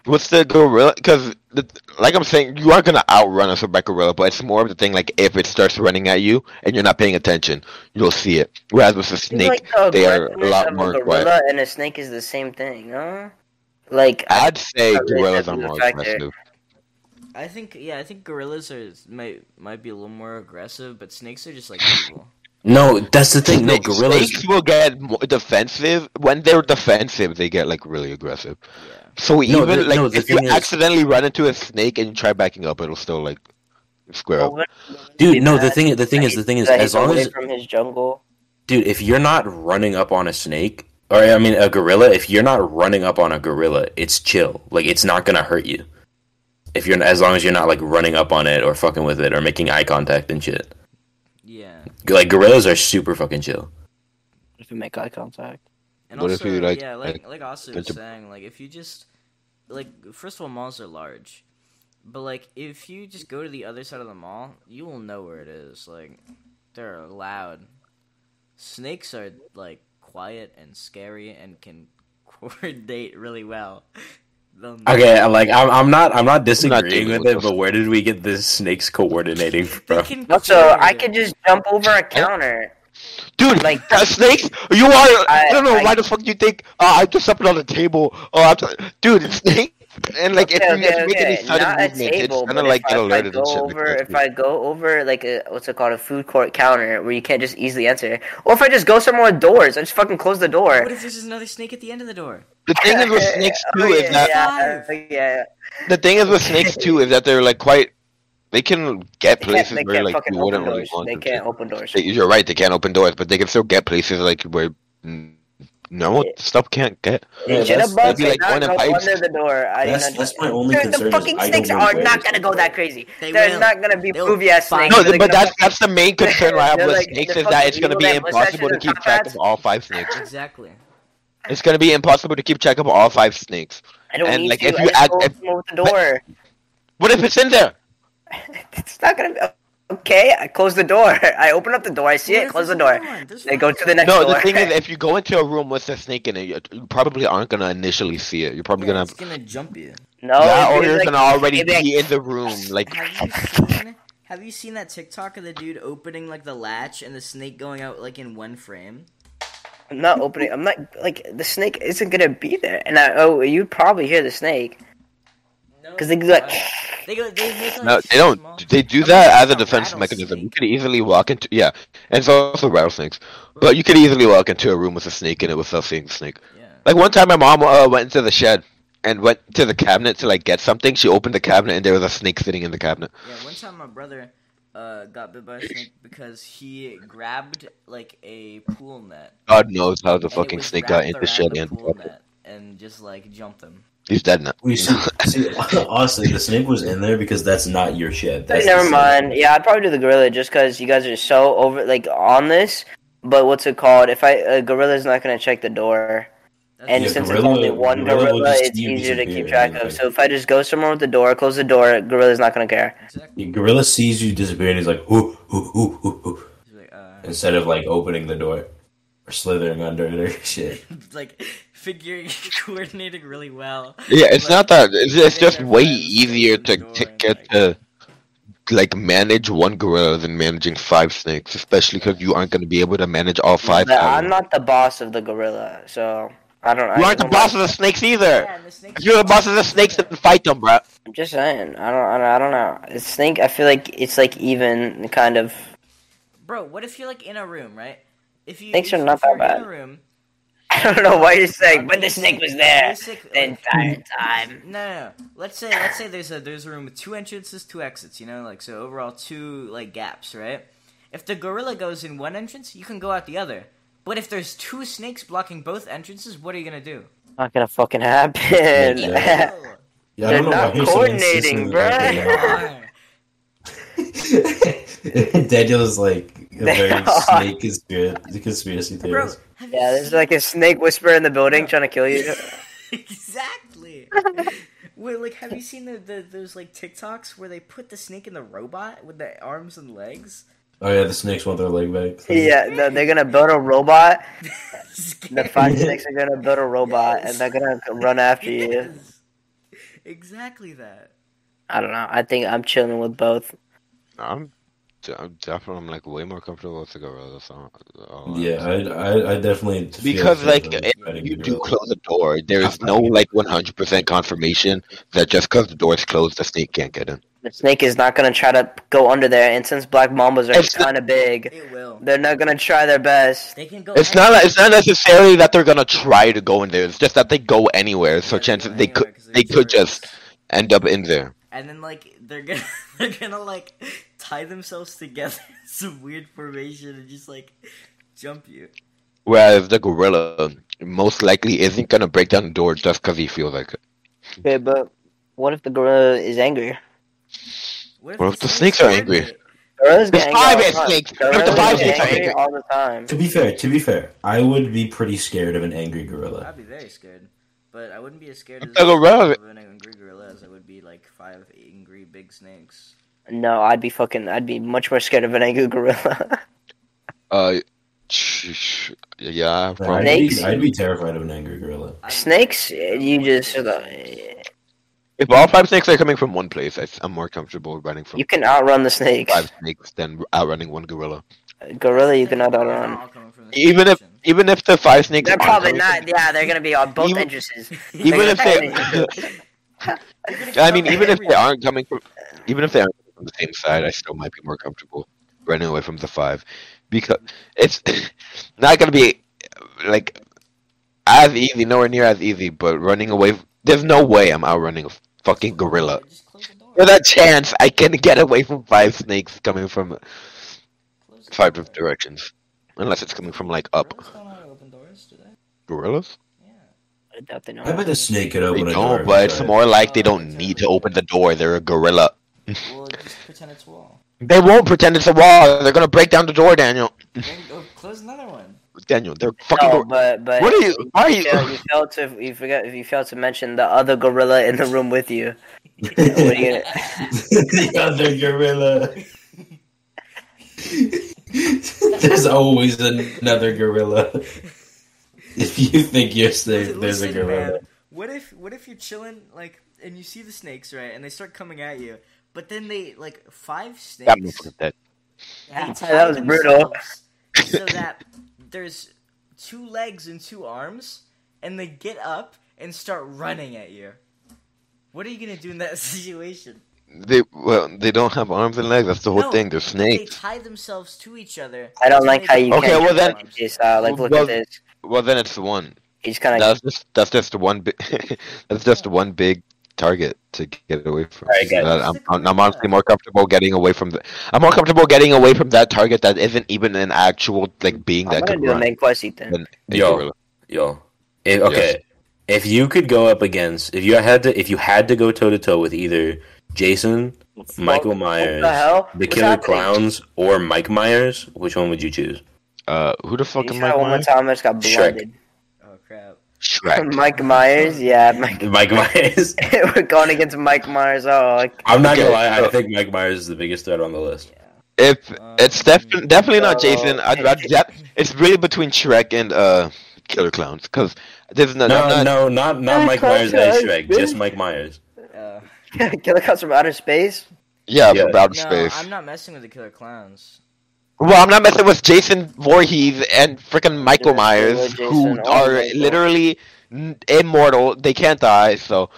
what's the gorilla? Because like I'm saying, you are gonna outrun us by gorilla, but it's more of the thing like if it starts running at you and you're not paying attention, you'll see it. Whereas with a It's snake, like the they are a aggressiveness lot of more a quiet. gorilla and a snake is the same thing, huh? Like I, I'd say I really gorillas are definitely more a factor. aggressive. I think yeah, I think gorillas are might might be a little more aggressive, but snakes are just like evil. No, that's the thing. No, Snakes- gorillas. Snakes will get more defensive. When they're defensive, they get like really aggressive. Yeah. So even the- like no, the if you thing is- accidentally run into a snake and you try backing up, it'll still like square up. Dude, no, the thing, the thing is, the thing is, that as he's long away as, from his jungle. dude, if you're not running up on a snake, or I mean, a gorilla, if you're not running up on a gorilla, it's chill. Like, it's not gonna hurt you. If you're, as long as you're not like running up on it or fucking with it or making eye contact and shit. Yeah. Like, gorillas are super fucking chill. If you make eye contact. And What if also, you, like- yeah, like- like like Asu like was to- saying, like if you just like first of all, malls are large, but like if you just go to the other side of the mall, you will know where it is. Like they're loud. Snakes are like quiet and scary and can (laughs) coordinate really well. They'll know- Okay, like I'm, I'm not, I'm not not disagreeing dealing with it, with but where did we get this snakes They coordinating from? can Also, I coordinate. could just jump over a counter. Dude, Like- (laughs) like snakes, you are. I, I- don't know I- why the fuck you think. Oh, I just stepped on the table. Oh, I'm t- dude, it's snake. And (laughs) like, Okay, if you okay, just make any okay, sudden not a movement, table, it's but gonna like if I- if get I alerted and go shit. like Over, that. if I go over like a what's it called a food court counter where you can't just easily enter, or if I just go somewhere with doors, I just fucking close the door. What if there's another snake at the end of the door? the (laughs) thing is with snakes too Oh, is that yeah, yeah, yeah. the thing is with snakes too is that they're like quite. They can get They places can't, they where can't like fucking you open wouldn't really doors. want They them to. can't open doors. They- You're right. They can't open doors, but they can still get places like where mm, normal Yeah. stuff can't get. Yeah, Shit that's, above that's, that'd be and like not one in go pipes. under the door. I That's- don't- that's my only They're- concern The is fucking I don't snakes know are not where this gonna is go going. that crazy. They They're will. not gonna be They'll poopy ass find- snakes. No, They're th- They're but gonna that's that's the main concern (laughs) I have They're with like- snakes they're is that it's fucking gonna be evil, that impossible to mustache keep and track of top all five snakes. Exactly. It's gonna be impossible to keep track of all five snakes. I don't and, need like, to. if I you just act- go if- from over the door. What if it's in there? (laughs) It's not gonna be okay. I close the door. (laughs) I open up the door. I see What it. if Close the there's door. another one? There's They go one. to the next No, door. the thing is, (laughs) if you go into a room with a snake in it, you you probably aren't gonna initially see it. You're probably Yeah, gonna it's gonna jump you. No, that it'd or be you're like- gonna already it'd be like- be in the room. Like, (laughs) Have you seen? Have you seen that TikTok of the dude opening like the latch and the snake going out like in one frame? I'm not opening. I'm not like the snake isn't gonna be there, and I oh you'd probably hear the snake No, because they go like they go. They make like no, they small- don't. They do I'm that talking as a about defense rattlesnake. mechanism. You could easily walk into yeah, and it's also rattlesnakes. But you could easily walk into a room with a snake in it without seeing the snake. Yeah. Like one time, my mom uh, went into the shed and went to the cabinet to like get something. She opened the cabinet and there was a snake sitting in the cabinet. Yeah, one time my brother uh, got bit by a snake because he grabbed like a pool net. God knows how and the it fucking was snake got wrapped in the around shed the and pool net and just like jumped him. he's dead now. We see, see, honestly, the snake was in there because that's not your shit. That's the never snake. mind. Yeah, I'd probably do the gorilla just because you guys are so over like on this. But what's it called? If I a gorilla's not gonna check the door, That's and Yeah, since gorilla- it's only one gorilla will gorilla, just it's see you easier to keep disappear, track anyway. of. So if I just go somewhere with the door, close the door, gorilla's not gonna care. exactly. The gorilla sees you disappear and he's like, hoo, hoo, hoo, hoo, hoo, He's Like, uh, (laughs) instead of like opening the door or slithering under it or shit. like figuring (laughs) coordinating really well. (laughs) Yeah, it's Like, not that. It's, it's they just never way had a snake easier in the to, door to and, get to like manage one gorilla than managing five snakes, especially because you aren't going to be able to manage all five. But at I'm once. not the boss of the gorilla, so I don't. I you aren't the don't boss know. (laughs) of the snakes either. Yeah, and the snake. If you're the boss of the snakes, then fight them, bro. I'm just saying. I don't. I don't, I don't know. It's snake. I feel like it's like even kind of. (laughs) Bro, what if you're like in a room, right? If you Snakes if are not you're that In a bad. room, I don't know why you're saying, but the basic- snake was there basic, the like- entire time. No, no, no. Let's say let's say there's a there's a room with two entrances, two exits. You know, like so overall two like gaps, right? If the gorilla goes in one entrance, you can go out the other. But if there's two snakes blocking both entrances, what are you gonna (laughs) do? Not gonna fucking happen. (laughs) Yeah. Yeah, I They're don't know why not you're so coordinating, insistent about Arr. (laughs) that. Daniel's like a They very are. snake conspiracy, conspiracy Bro, theorist. have you yeah, there's seen- like a snake whisperer in the building trying to kill you. (laughs) (laughs) exactly. Wait, like, have you seen the, the those like TikToks where they put the snake in the robot with the arms and legs? (laughs) Oh yeah, the snakes want their leg back. yeah, no, they're gonna build a robot. The Scary. five snakes are gonna build a robot, and they're gonna run after you. Yes. (laughs) Exactly that. I don't know. I think I'm chilling with both. I'm, I'm definitely I'm like way more comfortable with the gorilla. So, oh, Yeah, I, I, I definitely feel Because like like I'm if fighting you the do gorilla. close the door, there is no like 100% confirmation that just because the door is closed, the snake can't get in. The snake is not gonna try to go under there, and since black mambas are It's- kind of big, It will. they're not gonna try their best. They can go. It's not. It's not necessarily that they're gonna try to go in there. It's just that they go anywhere. So chances they could they could just end up in there. And then like they're gonna (laughs) they're gonna like tie themselves together in some weird formation and just like jump you. Whereas the gorilla most likely isn't gonna break down the door just because he feels like it. Okay, but what if the gorilla is angry? What if the snakes are angry? coordinate? Gorillas There's get angry all five the at time. snakes. Gorillas But the five get snakes are angry. all the time. To be fair, to be fair, I would be pretty scared of an angry gorilla. I'd be very scared, but I wouldn't be as scared as Like a rabbit. of an angry gorilla as I would be like five angry big snakes. No, I'd be fucking. I'd be much more scared of an angry gorilla. Uh, sh- sh- yeah, I'd probably. be, Snakes? I'd be terrified of an angry gorilla. I'd be (laughs) Snakes, very scared you of just big uh, snakes. If all five snakes are coming from one place, I, am more comfortable running from you can outrun the snakes. five snakes than outrunning one gorilla. Gorilla, you can They're not outrun. all coming from the Even same (laughs) if direction. even if the five snakes They're aren't probably coming- not. Yeah, they're gonna be on both Even- entrances. even if They're- they Even (laughs) if (laughs) I mean they're even if angry, they aren't coming from even if they aren't coming from the same side, I still might be more comfortable running away from the five because it's (laughs) not gonna be like as easy, nowhere near as easy. But running away, there's no way I'm outrunning a fucking gorilla. Just close the door. There's a chance I can get away from five snakes coming from Close the five door. different directions, unless it's coming from like up. Gorillas don't wanna open doors, do they? Gorillas? Yeah. I (laughs) doubt they know. I bet a snake could They open a door. don't, but it's but- more like they don't need to open the door. They're a gorilla. Well, just pretend it's wall. They won't pretend it's a wall. They're gonna break down the door, Daniel. Then go close another one. Daniel, they're fucking. No, gor- but but What are you? Why are you? (laughs) failed- you failed to you forgot you failed to mention the other gorilla in the room with you. What are you gonna- (laughs) the other (laughs) gorilla. there's always another (laughs) gorilla. If you think you're safe, Listen, there's a man, gorilla. What if what if you're chilling like and you see the snakes, right? And they start coming at you, but then they like five snakes. That motherfucker's dead. they That tie was brutal. (laughs) themselves so that there's two legs and two arms, and they get up and start running at you. What are you gonna do in that (laughs) situation? They well, they don't have arms and legs. That's the whole No, thing. They're They snakes. tie themselves to each other. I don't to like make how them you. Okay, can't well get then- one piece, uh, like look well- at this. Well, then it's the one. He's kind of. That's just that's just the one. Big, (laughs) that's just one big target to get away from. Alright, guys. Uh, I'm, I'm, I'm honestly more comfortable getting away from the. I'm more comfortable getting away from that target that isn't even an actual like being I'm that gonna could do a run. main quest Ethan. than a Yo. gorilla. Yo, if, okay. If you could go up against, if you had to, if you had to go toe to toe with either Jason, Michael Myers, What the hell? the What's Killer happening? Clowns, or Mike Myers, which one would you choose? (laughs) Uh, who the You fuck saw am I? one more Mike? time. I just got Shrek. blinded. Oh crap! Shrek. Mike Myers, yeah, (laughs) Mike. Mike Myers. We're going against Mike Myers. Oh, like, (laughs) (laughs) I'm not gonna Okay, lie. I so- think Mike Myers is the biggest threat on the list. If Uh, Um, it's def- definitely not uh, Jason, I'd, I'd, def- it's really between Shrek and uh, Killer Clowns because there's no, No, I'm not- no, not not Mike Mike Myers Myers, as Shrek. bitch. Just Mike Myers. Uh, Killer Clowns from Outer Space. yeah, Yeah. from outer no, space. I'm not messing with the killer clowns. Well, I'm not messing with Jason Voorhees and freaking Michael Yeah, I love Myers, Jason. who Oh are my God. literally n- immortal. They can't die, so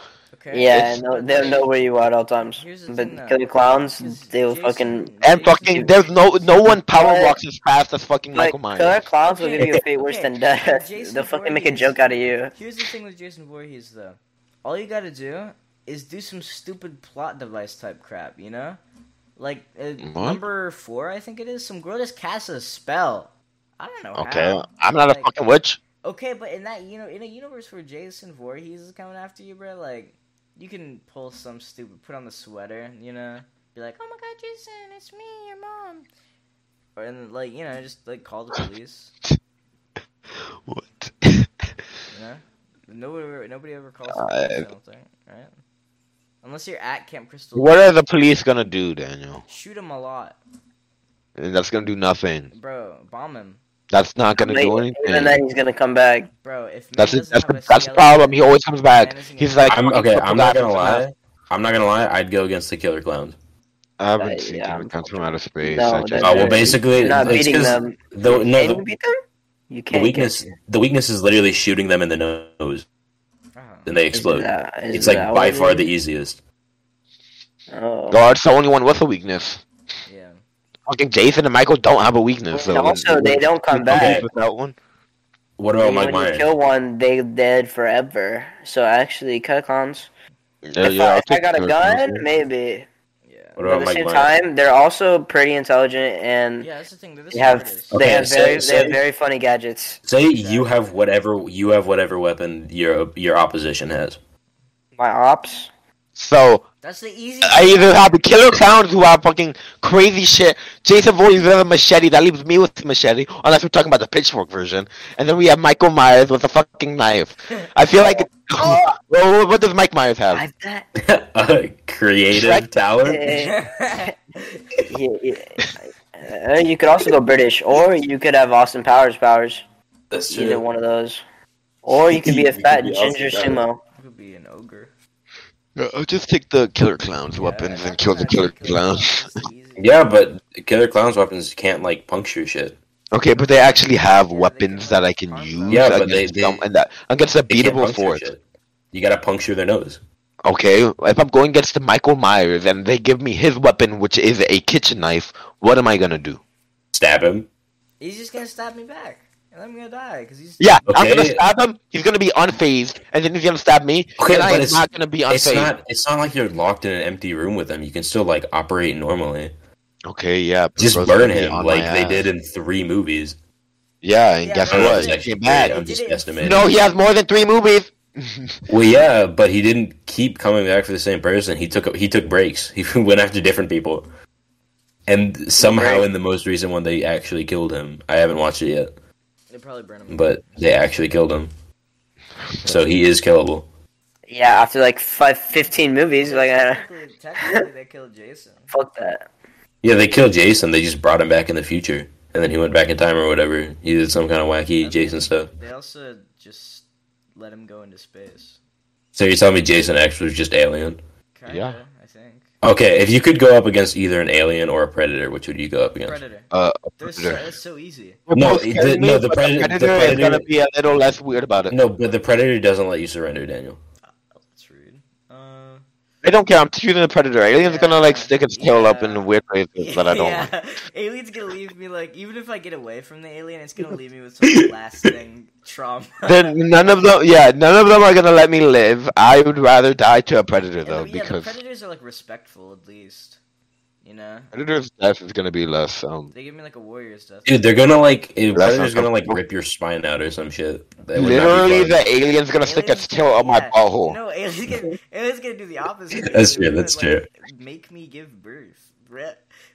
Okay. Yeah, It's- no, they'll know where you are at all times. Here's the But thing, though. Killer Clowns, Because they will Jason- fucking. and Jason- fucking there's no no one power But- walks as fast as fucking Like, Michael Myers. Killer Clowns will Okay, give you a fate worse okay, than death. Jason They'll fucking make a Voorhees. joke out of you. Here's the thing with Jason Voorhees, though. All you gotta do is do some stupid plot device type crap, you know? Like, uh, What? number four, I think it is, some girl just casts a spell. I don't know Okay, how. I'm not a Like- fucking witch. (laughs) Okay, but in that, you know, in a universe where Jason Voorhees is coming after you, bro, like, you can pull some stupid, put on the sweater, you know? Be like, oh my god, Jason, it's me, your mom. Or, and, like, you know, just, like, call the police, What? you know? Nobody, nobody ever calls the Uh, police, I don't think, right? Unless you're at Camp Crystal what are the police gonna do, Daniel? Shoot him a lot, And that's gonna do nothing. bro. Bomb him, That's not gonna Like, do Even anything. then, he's gonna come back. bro. If That's man doesn't it. That's the, have that's the skeleton- problem. He always comes back. Man isn't He's gonna- like, I'm okay. I'm not gonna from outer- lie. I'm not gonna lie. I'd go against the Killer Clowns. I haven't Uh, seen yeah, him. It comes from outer space. No, I that- just, Oh well, basically, You're not it's beating 'cause them. The, no, Can you the, beat them? You the can't. weakness the weakness is literally shooting them in the nose, Uh-huh. and they get- explode. Uh, is It's like that by what far it the is? easiest. Oh. God, it's the only one with a weakness. Yeah. Fucking Jason and Michael don't have a weakness. And So also, they don't come Okay. back. with that one. What They- about Mike when you Myers? kill one, they dead forever. So actually, Killer Clowns. if I, if I got a gun, maybe. Yeah. What But at about the Mike same Myers? time, they're also pretty intelligent and Yeah, that's the thing. They're the they have smartest. Okay, they have so- very so- they have very funny gadgets. Say you have whatever you have whatever weapon your your opposition has. (laughs) My ops. So That's the easy. I either have the killer clowns who have fucking crazy shit. Jason Voorhees with a machete that leaves me with machete, unless we're talking about the pitchfork version. And then we have Michael Myers with a fucking knife. I feel like. (laughs) well, what- what does Mike Myers have? I (laughs) bet. A Creative Shrek. talent. Eh, yeah, yeah. Uh, you could also go British, or you could have Austin Powers powers. That's Either one of those. Or you could be a You could fat be Austin ginger Powers. sumo. You could be an ogre. Uh, I'll just take the killer clowns' weapons Yeah, and kill the killer (laughs) clowns. That's the easy. Yeah, but killer clowns weapons can't like puncture shit. Okay, but they actually have Yeah, they weapons can that I like can harm them. use Yeah, but against they- they- some, and that against a They can't beatable puncture force. shit. You gotta puncture their nose. Okay, if I'm going against the Michael Myers and they give me his weapon, which is a kitchen knife, what am I gonna do? Stab him. He's just gonna stab me back, and I'm gonna die because he's. Yeah, I'm gonna Okay. stab him. He's gonna be unfazed, and then he's gonna stab me, Okay, and but I am it's- not gonna be It's unfazed. not. It's not like you're locked in an empty room with them. You can still like operate normally. Okay, yeah, but Just bro's burn gonna be him on like my they ass. did in three movies. Yeah, and Yeah, guess but- what? That's He actually came back. pretty- I'm just They did it in estimating. No, he has more than three movies. (laughs) Well, yeah, but he didn't keep coming back for the same person. He took he took breaks. (laughs) He went after different people, and somehow Right. in the most recent one, they actually killed him. I haven't watched it yet, They probably burn him. but they actually killed him. So he is killable. Yeah, after like five, 15 movies, like uh, technically, technically, they killed Jason. fuck that. Yeah, they killed Jason. They just brought him back in the future, and then he went back in time or whatever. He did some kind of wacky Jason stuff. They also just let him go into space. So you're telling me Jason X was just Alien? Kinda, Yeah. I think. Okay, if you could go up against either an alien or a predator, which would you go up against? Predator. Uh, a They're so, predator. that's so easy. No, Both the- can no, be, the but predator- the predator is gonna predator- be a little less weird about it. No, but the predator doesn't let you surrender, Daniel. Oh, That's rude. Uh, I don't care. I'm shooting the predator. Alien's Yeah. gonna like stick its tail up Yeah. in weird places that I (laughs) don't. like. Alien's gonna leave me like even if I get away from the alien, it's gonna leave me with (laughs) some lasting trauma. (laughs) Then none of them. Yeah, none of them are gonna let me live. I would rather die to a predator yeah, though, but yeah, because the predators are like respectful at least. You know, predator's death is gonna be less. Um, they give me like a warrior's death. Dude, they're gonna like a That's predator's not gonna like comfortable. rip your spine out or some shit. That would not be literally, fun. the alien's gonna stick its Alien's- tail on my yeah. butthole. No, alien's gonna, alien's gonna do the opposite. That's They're true, gonna, that's like, Make me give birth, Re-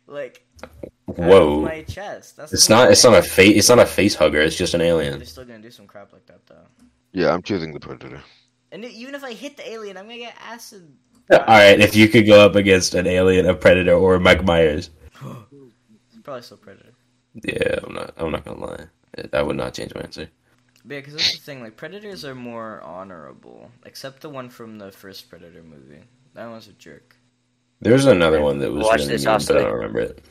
like out of whoa. my chest. That's It's the not. It's thing. not a face. It's not a face hugger. It's just an They're alien. (laughs) still gonna do some crap like that though. Yeah, I'm choosing the predator. And e, even if I hit the alien, I'm gonna get acid. All right, if you could go up against an alien, a predator, or Mike Myers, Probably still predator. yeah, I'm not. I'm not gonna lie. I would not change my answer. Yeah, because that's the thing. Like predators are more honorable, except the one from the first Predator movie. That one's a jerk. There was another one that was Watch really this mean, but I also. don't remember it.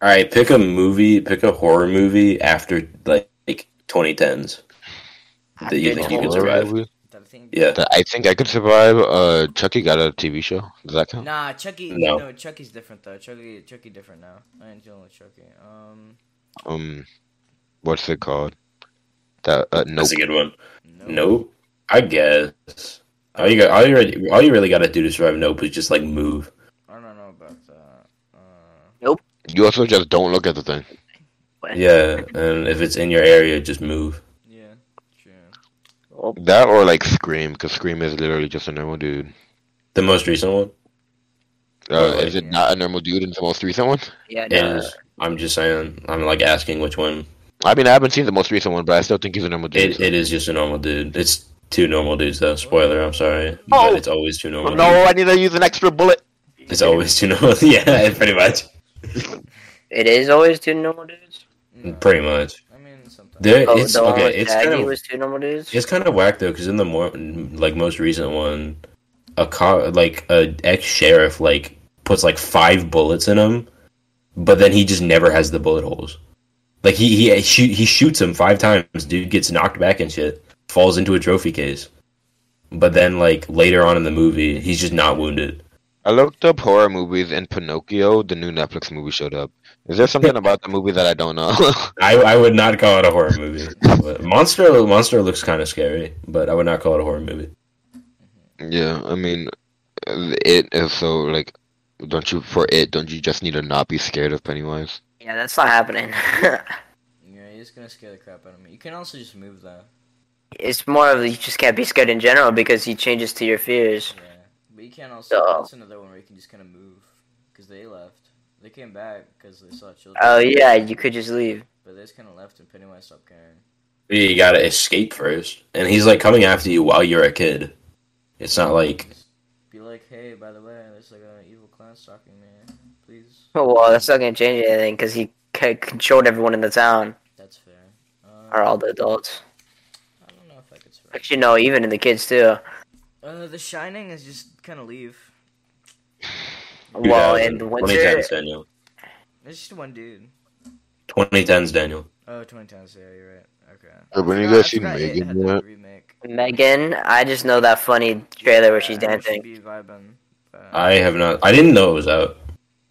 All right, pick a movie. Pick a horror movie after like, like 2010s that you think you can survive. That thing. Yeah, That I think I could survive. Uh, Chucky got a TV show. Does that count? Nah, Chucky. No. No. Chucky's different though. Chucky, Chucky different now. I ain't dealing with Chucky. Um, Um, what's it called? That uh, nope. that's a good one. no. Nope. I guess. All you got, all you really, all you really got to do to survive Nope is just like move. I don't know about that. Uh, You also just don't look at the thing. Yeah, and if it's in your area, just move. yeah, true. That or like Scream, because Scream is literally just a normal dude. The most recent one Uh, Really? is it not a normal dude in the most recent one? Yeah, no. is. I'm just saying. I'm like asking which one. I mean, I haven't seen the most recent one, but I still think he's a normal dude. It, it is just a normal dude. It's two normal dudes though. Spoiler. I'm sorry, Oh! but it's always two normal. no, I need to use an extra bullet. dudes. it's always two normal. (laughs) yeah, pretty much. It is always two normal dudes. No. Pretty much. I mean, sometimes. There, Oh, it's the one with okay. It's Shaggy kind of was two normal dudes. It's kind of whack though, because in the more like most recent one, a cop like a ex sheriff like puts like five bullets in him, but then he just never has the bullet holes. Like he he shoot, he shoots him five times. Dude gets knocked back and shit, falls into a trophy case. But then like later on in the movie, he's just not wounded. I looked up horror movies, and Pinocchio, the new Netflix movie, showed up. Is there (laughs) something about the movie that I don't know? (laughs) I, I would not call it a horror movie. But Monster Monster looks kind of scary, but I would not call it a horror movie. yeah, I mean, it is so like, don't you for it? Don't you just need to not be scared of Pennywise? Yeah, that's not happening. (laughs) Yeah, you're just gonna scare the crap out of me. You can also just move though. it's more of you just can't be scared in general because he changes to your fears. Yeah, but you can also. So- That's another one where you can just kind of move because they left. They came back because they saw children. Oh yeah, you could just leave. (laughs) But they just kind of left and Pennywise stopped caring. You gotta escape first. And he's like coming after you while you're a kid. It's not like Just be like, hey, by the way, there's like an evil clown stalking me. Please. Oh, well, that's not gonna change anything because he c- controlled everyone in the town That's fair. Um, or all the adults. I don't know if I could survive. Actually, no, even in the kids too. Uh, The Shining is just kind of leave. Well, 2000, in the winter, 2010s, Daniel. It's just one dude. 2010s, Daniel. Oh, 20 times. Yeah, you're right. Okay. Hey, when I you forgot- guys I see forgot it Megan had do that that? remake. Megan, I just know that funny trailer where she's Yeah, we dancing. should be vibing. Uh, I have not. I didn't know it was out.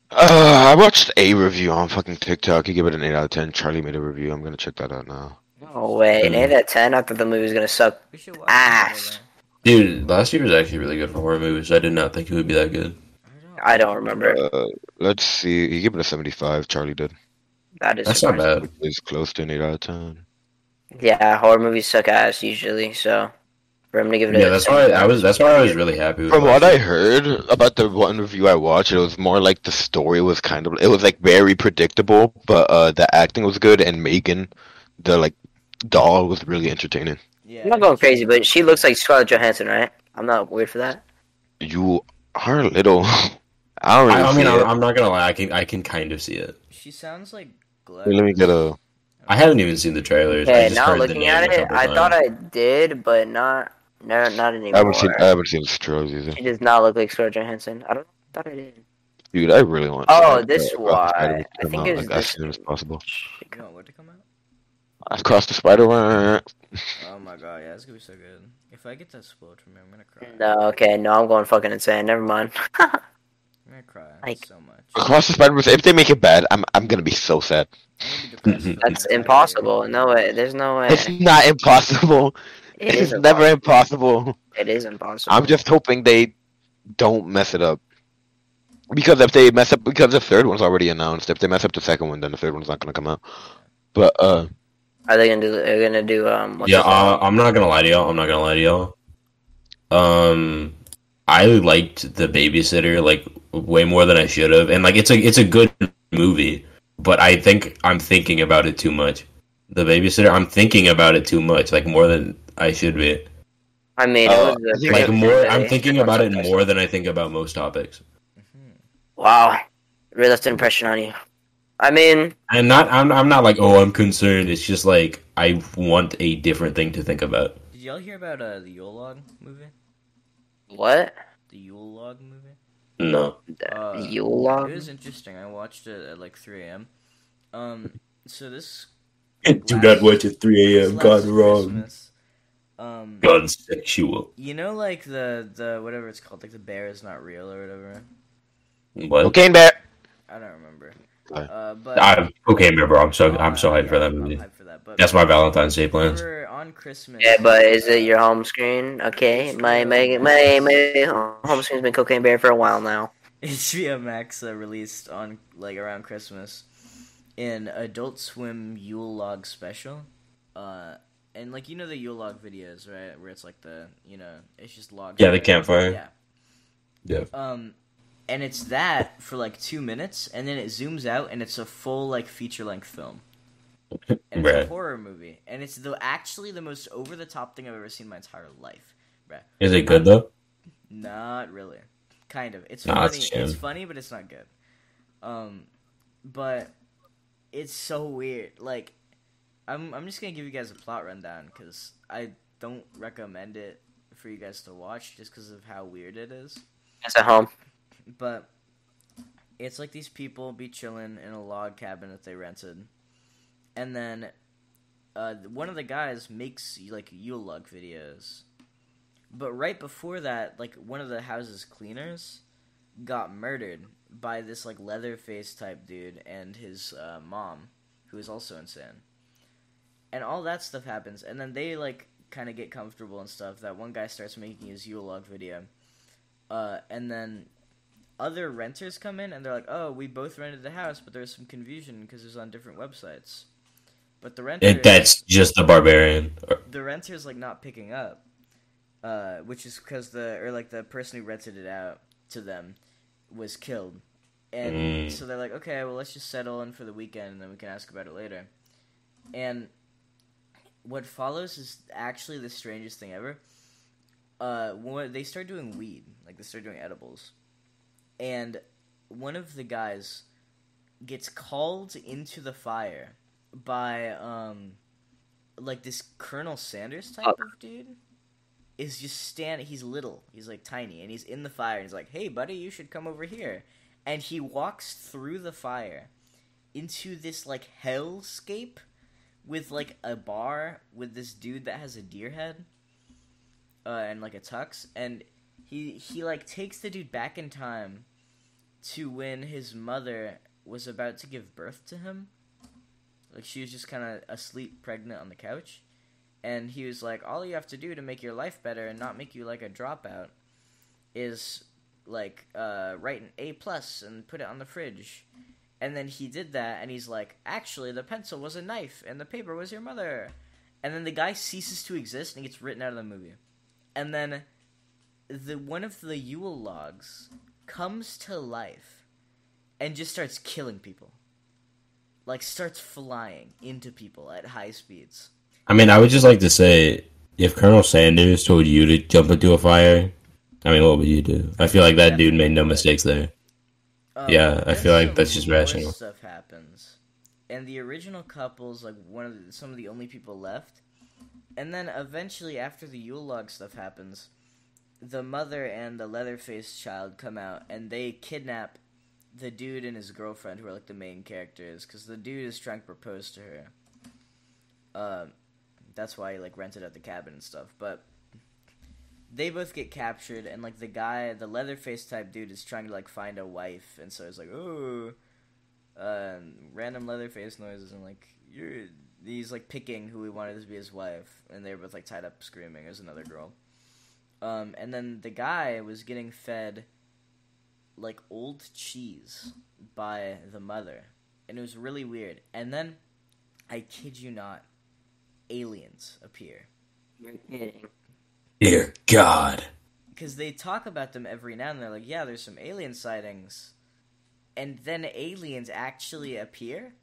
Uh, I watched a review on fucking TikTok. You give it an eight out of ten. Charlie made a review. I'm gonna check that out now. No way, an Hmm. eight out of ten. I thought the movie was gonna suck. we should watch it ass. together. Dude, last year was actually really good for horror movies. I did not think it would be that good. I don't. I don't remember. Uh, let's see. He gave it a 75. Charlie did. That is That's not surprising. bad. Which is close to an eight out of ten. Yeah, horror movies suck ass usually. So for him to give it, Yeah, a that's why I was. That's why I was really happy. With From last what I year. heard about the one review I watched, it was more like the story was kind of it was like very predictable, but uh, the acting was good and Megan, the like doll, was really entertaining. Yeah. I'm not going crazy, but she looks like Scarlett Johansson, right? I'm not weird for that. You are a little. (laughs) I don't really I, I mean, see I'm, it. I'm not gonna lie. I can, I can kind of see it. She sounds like. Wait, let me get a. I haven't even seen the trailers. I Okay, just now heard the looking name at a it, couple I times. thought I did, but not No, not anymore. I haven't seen I haven't seen Strohs either. She does not look like Scarlett Johansson. I don't I thought I did. Dude, I really want. Oh, I this want Across why. the Spider-Man to I come think out, it was like, as this- soon as possible. You want what to come out? Across the Spider Man. Oh my god, yeah, it's gonna be so good. If I get that spoiled for me, I'm gonna cry. No, uh, okay, no, I'm going fucking insane. Never mind. (laughs) I'm gonna cry Like- so much. Across the Spider Man. If they make it bad, I'm I'm gonna be so sad. I'm gonna be depressed for the That's next five impossible. years. No way. There's no way. It's not impossible. (laughs) It it's is never impossible. It is impossible. I'm just hoping they don't mess it up. Because if they mess up, because the third one's already announced. If they mess up the second one, then the third one's not gonna come out. But uh, Are they gonna do? They're gonna do um. what's yeah, it called? uh, I'm not gonna lie to y'all. I'm not gonna lie to y'all. Um, I liked the babysitter like way more than I should have, and like it's a it's a good movie, but I think I'm thinking about it too much. The babysitter, I'm thinking about it too much, like more than I should be. I mean, uh, it was a Like pretty more, good I'm movie. thinking about it more than I think about most topics. Wow, really left an impression on you. I mean, I'm not, I'm, I'm not like, oh, I'm concerned. It's just like I want a different thing to think about. Did y'all hear about uh, the Yule Log movie? what? The Yule Log movie? No, Uh, Yule It was log? interesting. I watched it at like 3 a.m. Um, so this (laughs) do not watch at 3 this a.m. last God wrong, Christmas, (laughs) um, God sexual. you know, like the the whatever it's called, like the bear is not real or whatever. What? cocaine bear. I don't remember. Sorry. Uh, but I, okay, remember, I'm so I'm so uh, hyped for yeah, that I'm- movie. I'm hyped for that. But That's my Valentine's Day plans. remember on Christmas. Yeah, but is it your home screen? Okay, my my my my home screen's been cocaine bear for a while now. (laughs) HBO Max uh, released on like around Christmas an Adult Swim Yule Log special. Uh, and like you know the Yule Log videos, right? Where it's like the you know it's just logs. Yeah, the campfire. Yeah. Yeah. Um, and it's that for like two minutes, and then it zooms out, and it's a full like feature length (laughs) film. And it's Right. a horror movie, and it's the actually the most over the top thing I've ever seen in my entire life. Is it good though? Not really. Kind of. It's Nah, funny. it's It's shit. funny, but it's not good. Um, but it's so weird. Like, I'm I'm just gonna give you guys a plot rundown because I don't recommend it for you guys to watch just because of how weird it is. It's at home. But it's like these people be chilling in a log cabin that they rented, and then uh, one of the guys makes like Yule log videos. But right before that, like one of the house's cleaners got murdered by this like leather face type dude and his uh, mom, who is also insane. And all that stuff happens, and then they like kind of get comfortable and stuff. That one guy starts making his Yule log video, uh, and then other renters come in and they're like, "Oh, we both rented the house, but there's some confusion because it was on different websites." But the renter It, that's just the barbarian. the renter's like not picking up, uh, which is because the or like the person who rented it out to them was killed, and Mm. so they're like, okay, well let's just settle in for the weekend and then we can ask about it later. And what follows is actually the strangest thing ever. Uh, when they start doing weed, like they start doing edibles, and one of the guys gets called into the fire by um like this Colonel Sanders type Fuck. of dude is just stand he's little he's like tiny and he's in the fire and he's like hey buddy you should come over here and he walks through the fire into this like hellscape with like a bar with this dude that has a deer head uh, and like a tux and he he like takes the dude back in time to when his mother was about to give birth to him like she was just kind of asleep pregnant on the couch and he was like all you have to do to make your life better and not make you like a dropout is like uh, write an a plus and put it on the fridge and then he did that and he's like actually the pencil was a knife and the paper was your mother and then the guy ceases to exist and gets written out of the movie and then the one of the yule logs comes to life and just starts killing people like starts flying into people at high speeds I mean, I would just like to say, if Colonel Sanders told you to jump into a fire, I mean, what would you do? I feel like that dude made no mistakes there. Um, Yeah, I feel there's like that's some just more rational. Stuff happens, and the original couple's like one of the, some of the only people left, And then eventually, after the Yule log stuff happens, the mother and the Leatherface child come out and they kidnap the dude and his girlfriend, who are like the main characters, because the dude is trying to propose to her. Um, that's why he like rented out the cabin and stuff. But they both get captured, and like the guy, the Leatherface type dude, is trying to like find a wife, and so he's like, "Ooh." Um, random Leatherface noises and like you're he's like picking who he wanted to be his wife, and they were both like tied up screaming. There's another girl. Um, and then the guy was getting fed like old cheese by the mother, and it was really weird. And then, I kid you not, aliens appear Dear God. because they talk about them every now and they're like, yeah, there's some alien sightings, and then aliens actually appear,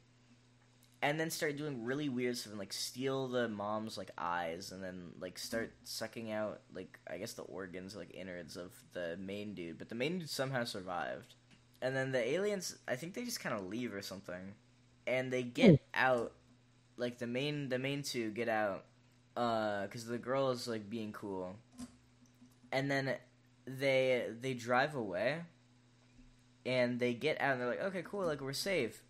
and then start doing really weird stuff and like steal the mom's like eyes, and then like start sucking out like I guess the organs like innards of the main dude, but the main dude somehow survived, and then the aliens I think they just kind of leave or something, and they get out, like the main the main two get out, uh, because the girl is like being cool and then they they drive away and they get out and they're like okay cool like we're safe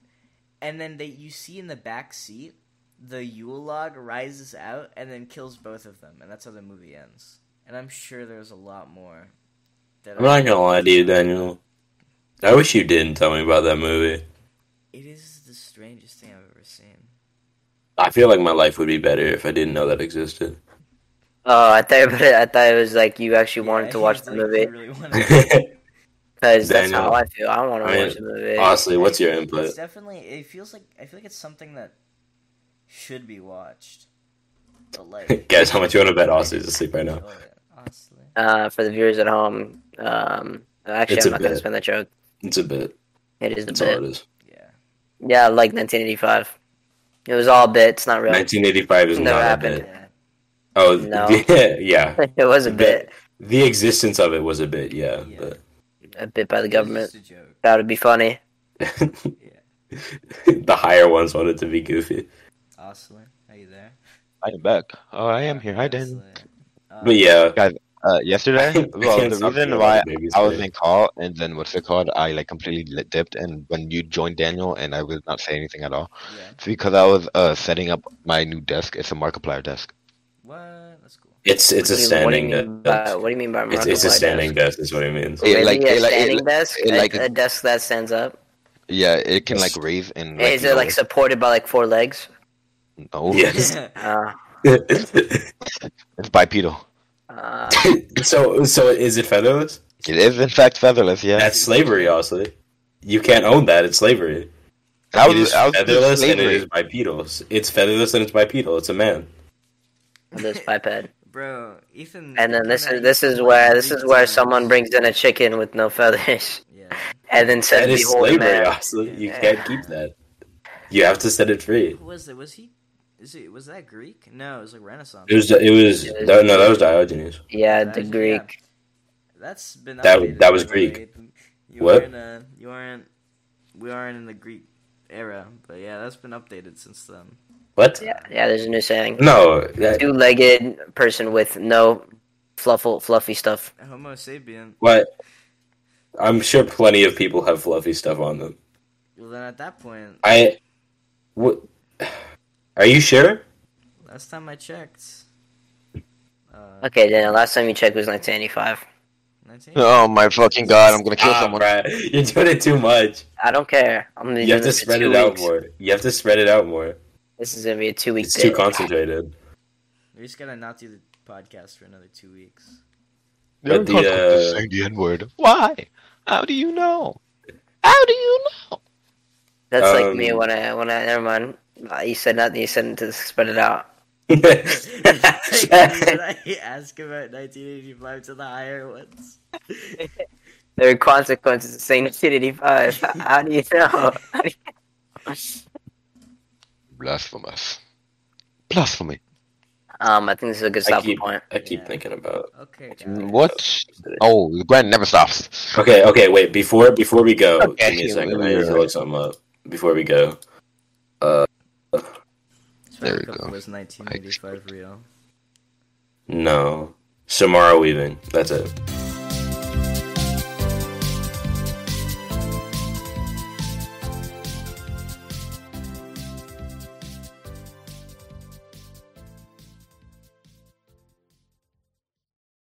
and then they you see in the back seat the yule log rises out and then kills both of them and that's how the movie ends and i'm sure there's a lot more that I'm not gonna lie to you, Daniel. I wish you didn't tell me about that movie. it is the strangest thing i've ever seen I feel like my life would be better if I didn't know (laughs) that existed. Oh, I thought (laughs) about it, I thought it was like you actually Yeah, wanted to watch it's the like, movie you really (laughs) wanted to- Honestly, because that's Daniel, how I feel. I want I to mean, watch the movie. uh, what's your it's input? (laughs) definitely it feels like i feel like it's something that should be watched (laughs) but like Guys, how much you want to bet Austin's asleep right now? enjoy it, honestly Uh, for the viewers at home, um, actually, It's a I'm not gonna bit. spin that joke. It's a bit. It is the That's all bit. it is. yeah Yeah, like 1985. It was all bit. It's not real. 1985 is Never not a happened. bit. Yeah. Oh, No. yeah, (laughs) yeah. (laughs) it was a Bit. bit, The existence of it was a bit, yeah. Yeah. but- a bit by the It's government. just a joke. That would be funny. (laughs) the higher ones wanted to be goofy. Osler, are you there? I'm back. Oh, I am here. Hi, Dan. Osler. Uh, But yeah. Uh, (laughs) (laughs) yesterday, well, can't the stop reason doing why that, baby, I so- was in call and then what's it called? I like completely li- dipped, and when you joined Daniel, and I was not saying anything at all, Uh, yeah. it's because I was uh setting up my new desk. It's a Markiplier desk. What? That's (laughs) cool. It's it's a What do you- standing What do you mean by, desk. what do you mean by It's, it's a Markiplier standing desk? desk. Is what it means. Yeah, Maybe like- a yeah, like- standing it- desk, it a, like- a desk that stands up. Yeah, it can like raise and like, is it like supported by like four legs? no, Yes. Uh, it's bipedal. uh, (laughs) so so is it featherless? It is in fact featherless. Yeah, That's slavery, honestly. You can't own that. It's slavery. I it was, is I was featherless and it slavery. is bipedal. It's featherless and it's bipedal. It's a man. (laughs) this biped. (laughs) Bro, Ethan. And then this Ethan is this is where this is where someone brings in a chicken with no feathers, (laughs) Yeah. and then says, that is "Behold, a slavery, man." honestly. You can't keep that. You have to set it free. Who was it? Was he? Is it? Was that Greek? No, it was like Renaissance. It was it was no no that was Diogenes. Yeah, That the was- Greek. yeah. That's been That- updated, that was by the way. You What? Aren't, uh, you aren't. We aren't in the Greek era, but yeah, that's been updated since then. What? Yeah, yeah. There's a new saying: No, that, two-legged person with no fluffle, fluffy stuff. Homo sapien. what? I'm sure plenty of people have fluffy stuff on them. Well, then at that point, I. What? Are you sure? last time I checked. Uh, Okay, Daniel. Last time you checked was 1985. 19? Oh my fucking god! I'm gonna kill Ah, someone. Brad, You're doing it too much. I don't care. I'm gonna You do have to this for spread two it out weeks. more. You have to spread it out more. This is gonna be a two-week. It's bit. too concentrated. (laughs) We just gotta not do the podcast for another two (laughs) weeks. (laughs) They're But the, uncomfortable uh, saying the N word. Why? How do you know? How do you know? That's like Um, me when I when I never mind. Uh, You said nothing. You said to spread it out. Did I (laughs) ask about 1985 to the higher (laughs) ones? There are consequences to saying 1985. (laughs) How do you (laughs) know? How do you- Blasphemous. Blasphemy. um, I think this is a good I stopping keep, point. I keep Yeah. thinking about. Okay, guys. What? Oh, the grand never stops. Okay, okay, wait. Before before we go, Okay, give me a second. I we're- need to look something up. Before we go, Swear There to God, we go. Was 1985 real? No. Samara Weaving. That's it.